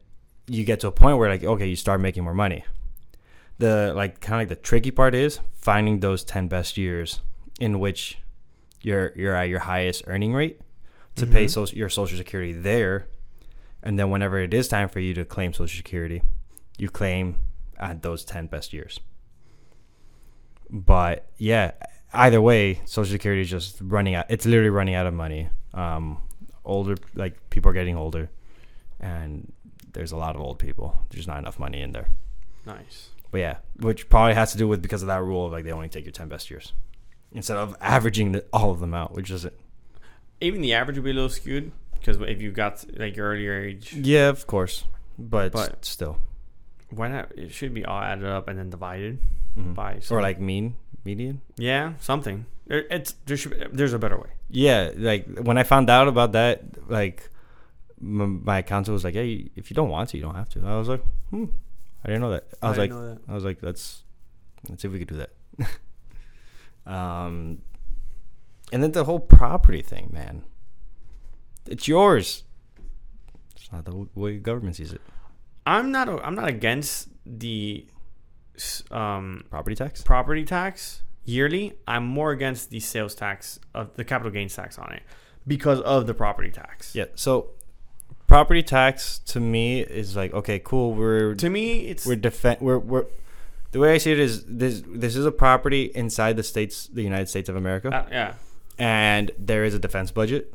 A: you get to a point where like okay, you start making more money the like kind of like the tricky part is finding those 10 best years in which you're you're at your highest earning rate to pay
B: Mhm.
A: so, your social security there and then whenever it is time for you to claim social security you claim at those 10 best years but yeah either way social security is just running out it's literally running out of money um older like people are getting older and there's a lot of old people there's not enough money in there
B: Nice.
A: but yeah, which probably has to do with because of that rule of like they only take your ten best years instead of averaging the, all of them out, which isn't.
B: Even the average would be a little skewed because if you've got like your earlier age,
A: Yeah, of course, but,
B: But-
A: s- still,
B: why not? It should be all added up and then divided
A: Mhm.
B: by
A: or
B: some-
A: like mean median.
B: yeah something. There, it's there should be, there's a better way.
A: Yeah, like when I found out about that, like m- my accountant was like, "Hey, if you don't want to, you don't have to." I was like, "Hmm, I didn't know that." I was like,
B: didn't know that.
A: I was like, let's let's see if we could do that. [LAUGHS] um, and then the whole property thing, man. It's yours. It's not the w- way government sees it.
B: I'm not a, I'm not against the s- um,
A: Property tax.
B: property tax yearly. I'm more against the sales tax of the capital gains tax on it because of the property tax.
A: Yeah. So, property tax to me is like, okay, cool. We're
B: To me, it's
A: we're defend we're we're the way I see it is this this is a property inside the states the United States of America.
B: uh, yeah.
A: and there is a defense budget,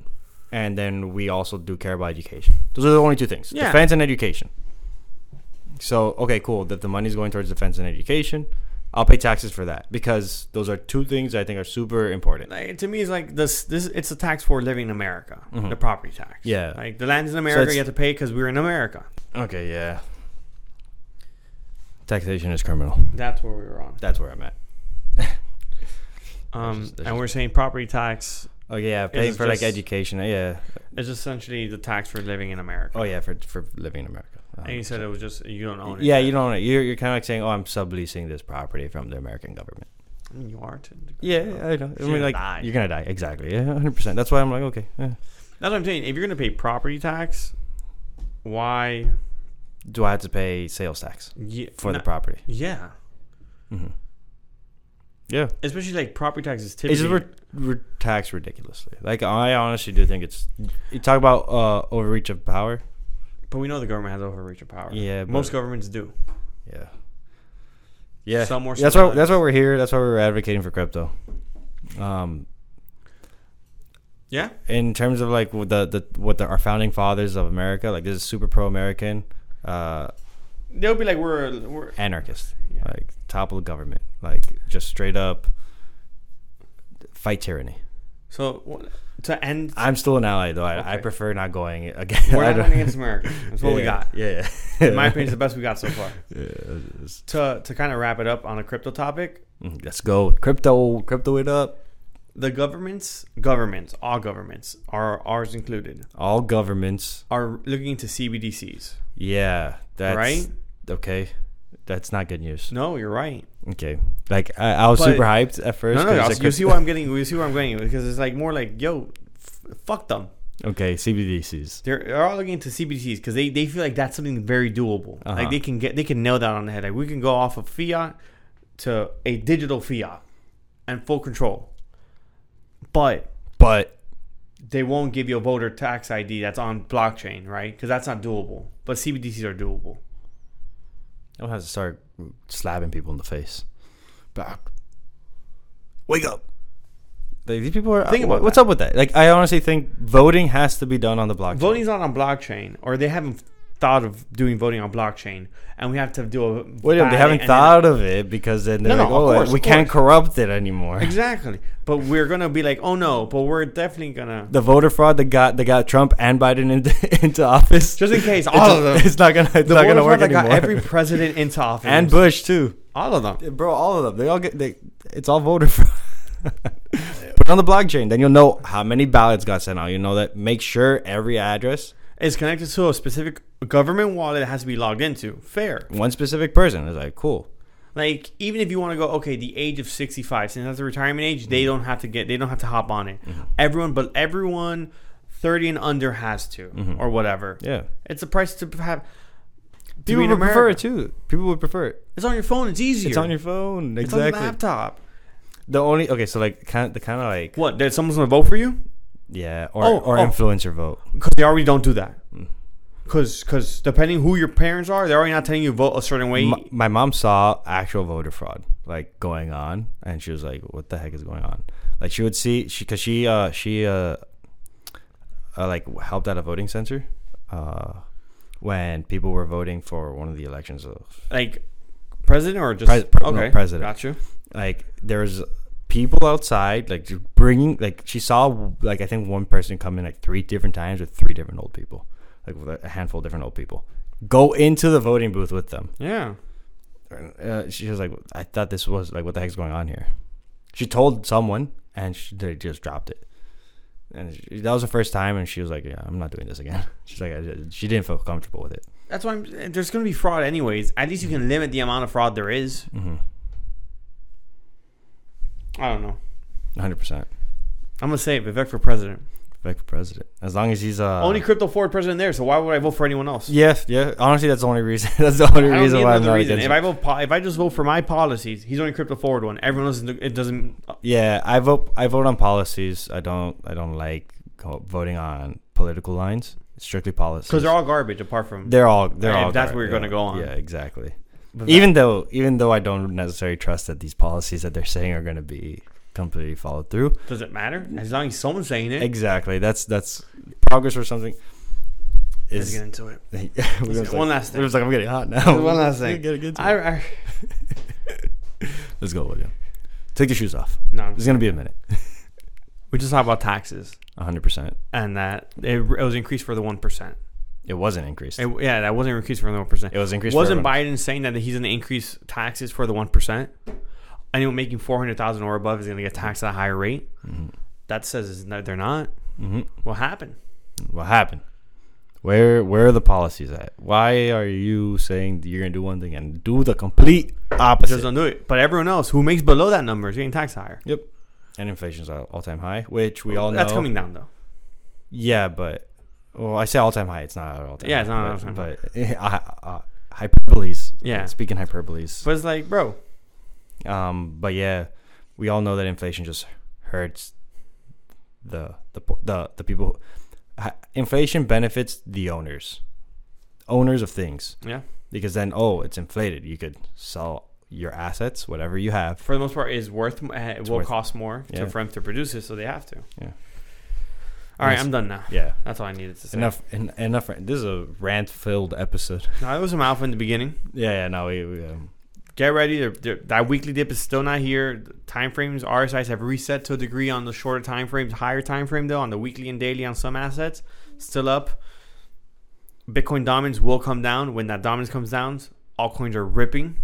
A: and then we also do care about education. Those are the only two things:
B: Yeah.
A: defense and education. So okay, cool. That the money's going towards defense and education. I'll pay taxes for that because those are two things I think are super important.
B: Like, to me, it's like this. This it's a tax for living in America.
A: Mhm.
B: The property tax.
A: Yeah.
B: Like the land's in America,
A: it's-
B: you have to pay because we're in America.
A: Okay, yeah. Taxation is criminal.
B: That's where we were on.
A: That's where I'm at.
B: Um,
A: just- that's
B: and
A: just-
B: we're saying property tax
A: Oh yeah, paying
B: is
A: for like
B: just-
A: education. Yeah.
B: is essentially the tax for living in America.
A: Oh yeah, for for living in America. Um,
B: And you said it was just you don't own it.
A: yeah, you don't. You're you're kind of like saying, oh, I'm subleasing this property from the American government.
B: I mean, you are. To,
A: Yeah, I know. I
B: You're
A: mean,
B: gonna
A: like
B: die.
A: you're gonna die. Exactly. Yeah, hundred percent. That's why I'm like, okay, eh.
B: That's what I'm saying. If you're gonna pay property tax, why?
A: do I have to pay sales tax
B: Yeah,
A: for the
B: not-
A: property?
B: Yeah,
A: hmm Yeah,
B: especially like property tax is typically.
A: it's just we're, we're taxed ridiculously. Like I honestly do think it's you talk about uh, overreach of power.
B: but we know the government has overreach of power.
A: Yeah, but-
B: most governments do.
A: Yeah, yeah.
B: Some more,
A: that's
B: some
A: why
B: less.
A: that's why we're here. That's why we're advocating for crypto. Um,
B: Yeah,
A: in terms of like what the the what the, our founding fathers of America like this is super pro American, uh,
B: they'll be like we're we're
A: anarchist.
B: yeah.
A: like topple the government, like just straight up fight tyranny.
B: so w- to end.
A: I'm still an ally though. I, I
B: Okay.
A: prefer not going [LAUGHS] against.
B: we're
A: [LAUGHS] I
B: not
A: don't-
B: going
A: [LAUGHS]
B: against America. That's what we
A: Yeah,
B: got.
A: Yeah,
B: [LAUGHS]
A: [LAUGHS]
B: In my opinion, it's the best we got so far.
A: Yeah, it's-
B: To to kind of wrap it up on a crypto topic,
A: mm, let's go crypto, crypto it up.
B: the governments, governments, all governments, are ours included,
A: All governments,
B: are looking into CBDCs.
A: yeah, that's
B: Right?
A: Okay, that's not good news.
B: No, you're right.
A: Okay, like I, I was
B: But-
A: super hyped at first.
B: No, no,
A: 'cause
B: no.
A: it's a
B: You see
A: crypto-
B: what I'm getting? You see where I'm getting? Because it's like more like, yo, f- fuck them.
A: [LAUGHS] Okay, CBDCs.
B: They're, they're all looking into CBDCs because they, they feel like that's something very doable.
A: Uh-huh.
B: Like they can get they can nail that on the head. Like we can go off of fiat to a digital fiat and full control. But
A: But
B: they won't give you a voter tax ID that's on blockchain, right? Because that's not doable. But CBDCs are doable.
A: I don't have to start slapping people in the face. Back. Wake up. Like, these people are.
B: Think about
A: what's up
B: that.
A: with that? Like, I honestly think voting has to be done on the blockchain.
B: Voting's not on blockchain, or they haven't thought of doing voting on blockchain, and we have to do a.
A: Well, yeah, they
B: ballot
A: haven't
B: and then-
A: thought of it because then they're
B: No,
A: like,
B: no, of
A: oh,
B: course,
A: we
B: of
A: can't corrupt it anymore.
B: Exactly, but we're gonna be like, oh no, but we're definitely gonna
A: The voter fraud that got that got Trump and Biden into, [LAUGHS] into office.
B: just in case
A: it's,
B: all
A: [LAUGHS]
B: of them.
A: It's not gonna. It's
B: The
A: not
B: voter
A: gonna work
B: fraud that got
A: anymore.
B: every president
A: [LAUGHS]
B: into office
A: and Bush too,
B: all of them.
A: bro. All of them. They all get. They. It's all voter [LAUGHS] fraud. Put on the blockchain, then you'll know how many ballots got sent out. You know that. Make sure every address,
B: It's connected to a specific government wallet that has to be logged into. Fair.
A: one specific person is like, cool.
B: Like even if you want to go, okay, the age of sixty-five, since that's the retirement age,
A: Mm-hmm.
B: they don't have to get, they don't have to hop on it. Everyone, but everyone thirty and under has to, or whatever.
A: Mm-hmm. Yeah,
B: It's a price to have. to
A: people
B: be
A: would
B: in
A: prefer
B: America.
A: it too. People would prefer it.
B: It's on your phone. It's easier.
A: It's on your phone.
B: It's on
A: Exactly.
B: your laptop.
A: The only okay, so like kind of, the kind of like
B: What? That someone's gonna vote for you?
A: yeah, or
B: Oh,
A: or
B: oh.
A: influencer vote.
B: Because they already don't do that.
A: Mm.
B: Because because depending who your parents are, they're already not telling you vote a certain way.
A: My, my mom saw actual voter fraud like going on, and she was like, "What the heck is going on?" Like she would see she because she uh she uh, uh like helped out a voting center uh when people were voting for one of the elections.
B: like president or just
A: Pres- pre- no,
B: okay
A: president.
B: Got you.
A: Like there's people outside like just bringing like she saw like I think one person come in like three different times with three different old people, like with a handful of different old people. Go into the voting booth with them.
B: Yeah.
A: uh, she was like, I thought this was like, what the heck's going on here? She told someone, and she, they just dropped it. And she, that was the first time, and she was like, "Yeah, I'm not doing this again." [LAUGHS] She's like, I, just- she didn't feel comfortable with it.
B: That's why I'm, there's going to be fraud anyways. At least you can limit the amount of fraud there is.
A: Mm-hmm.
B: I don't know.
A: 100 percent.
B: I'm going to say Vivek for president.
A: Back for president, as long as he's uh.
B: Only crypto forward president there, so why would I vote for anyone else?
A: yes, yeah. Honestly, that's the only reason. [LAUGHS] that's the only
B: I don't
A: reason
B: need
A: why I'm
B: another
A: not
B: reason.
A: against.
B: If
A: it.
B: I vote, po- if I just vote for my policies, he's only crypto forward one. Everyone else, is- it doesn't. uh,
A: yeah, I vote. I vote on policies. I don't. I don't like co- voting on political lines. Strictly policies.
B: Because they're all garbage, apart from
A: They're all. They're
B: If
A: all.
B: that's
A: gar-
B: where you're gonna
A: yeah,
B: go on.
A: Yeah, exactly.
B: Vivek.
A: even though even though I don't necessarily trust that these policies that they're saying are going to be completely followed through.
B: Does it matter? As long as someone's saying it.
A: Exactly. That's that's progress or something.
B: Let's
A: Is
B: get
A: [LAUGHS]
B: into it.
A: we're
B: Let's
A: just
B: get- one
A: like,
B: last
A: we're
B: thing.
A: just like I'm getting hot now.
B: One
A: [LAUGHS]
B: last
A: We're
B: thing.
A: getting into
B: I,
A: it.
B: I,
A: Let's go, William. Take your shoes off.
B: no,
A: It's going to be a minute.
B: we just talked about taxes
A: 100. percent
B: and that it, it was increased for the one percent.
A: It wasn't increased. It,
B: It, yeah, that wasn't increased for the one percent.
A: was increased.
B: Wasn't
A: for
B: Biden saying that he's going to increase taxes for the one percent? Anyone making four hundred thousand or above is going to get taxed at a higher rate.
A: Mm-hmm.
B: That says it's not- they're not.
A: hmm
B: What happened?
A: What happened? Where where are the policies at? Why are you saying you're going to do one thing and do the complete
B: Just
A: opposite?
B: don't do it. But everyone else who makes below that number is getting taxed higher.
A: Yep. And inflation's at all time high, which we all know.
B: that's coming down though.
A: Yeah, but well, I say all time high. It's not all time.
B: Yeah, it's not
A: high,
B: all-time
A: but, But uh, uh, hyperboles.
B: Yeah.
A: Speaking hyperboles.
B: But it's like, bro,
A: Um, but yeah, we all know that inflation just hurts the the po- the the people. who- hi- Inflation benefits the owners, owners of things,
B: yeah.
A: because then oh, it's inflated. You could sell your assets, whatever you have.
B: For the most part, is worth uh, it will
A: worth-
B: cost more
A: yeah.
B: to, for them to produce it, so they have to.
A: Yeah.
B: All right,
A: Yes.
B: I'm done now.
A: Yeah.
B: That's all I needed to say.
A: Enough. En- enough. This is a rant-filled episode. [LAUGHS]
B: Now it was a mouth in the beginning.
A: Yeah. Yeah. No. We. we um,
B: Get ready. They're, they're, that weekly dip is still not here. Time frames, RSIs have reset to a degree on the shorter time frames, higher time frame though on the weekly and daily on some assets, still up. Bitcoin dominance will come down. When that dominance comes down, all coins are ripping.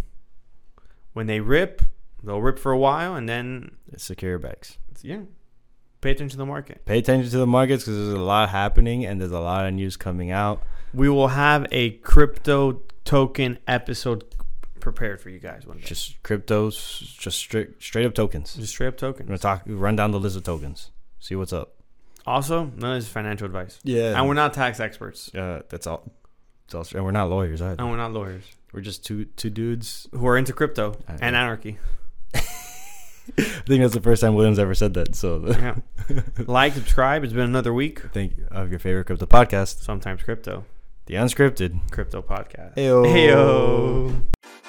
B: When they rip, they'll rip for a while, and then
A: secure banks.
B: yeah, pay attention to the market.
A: pay attention to the markets because there's a lot happening and there's a lot of news coming out.
B: We will have a crypto token episode prepared for you guys one day. Just,
A: Just cryptos, just straight straight up tokens.
B: Just straight up
A: We're
B: token.
A: gonna talk, run down the list of tokens, see what's up.
B: Also, none of this is financial advice.
A: Yeah,
B: And we're not tax experts.
A: Uh, that's all. That's all. And we're not lawyers either.
B: And we're not lawyers
A: We're just two two dudes.
B: who are into crypto
A: I-
B: and anarchy.
A: I think that's the first time Williams ever said that. So [LAUGHS]
B: Yeah. like, subscribe. It's been another week.
A: thank you of your favorite crypto podcast,
B: Sometimes crypto.
A: the unscripted.
B: Crypto podcast.
A: Ayo.
B: Heyo.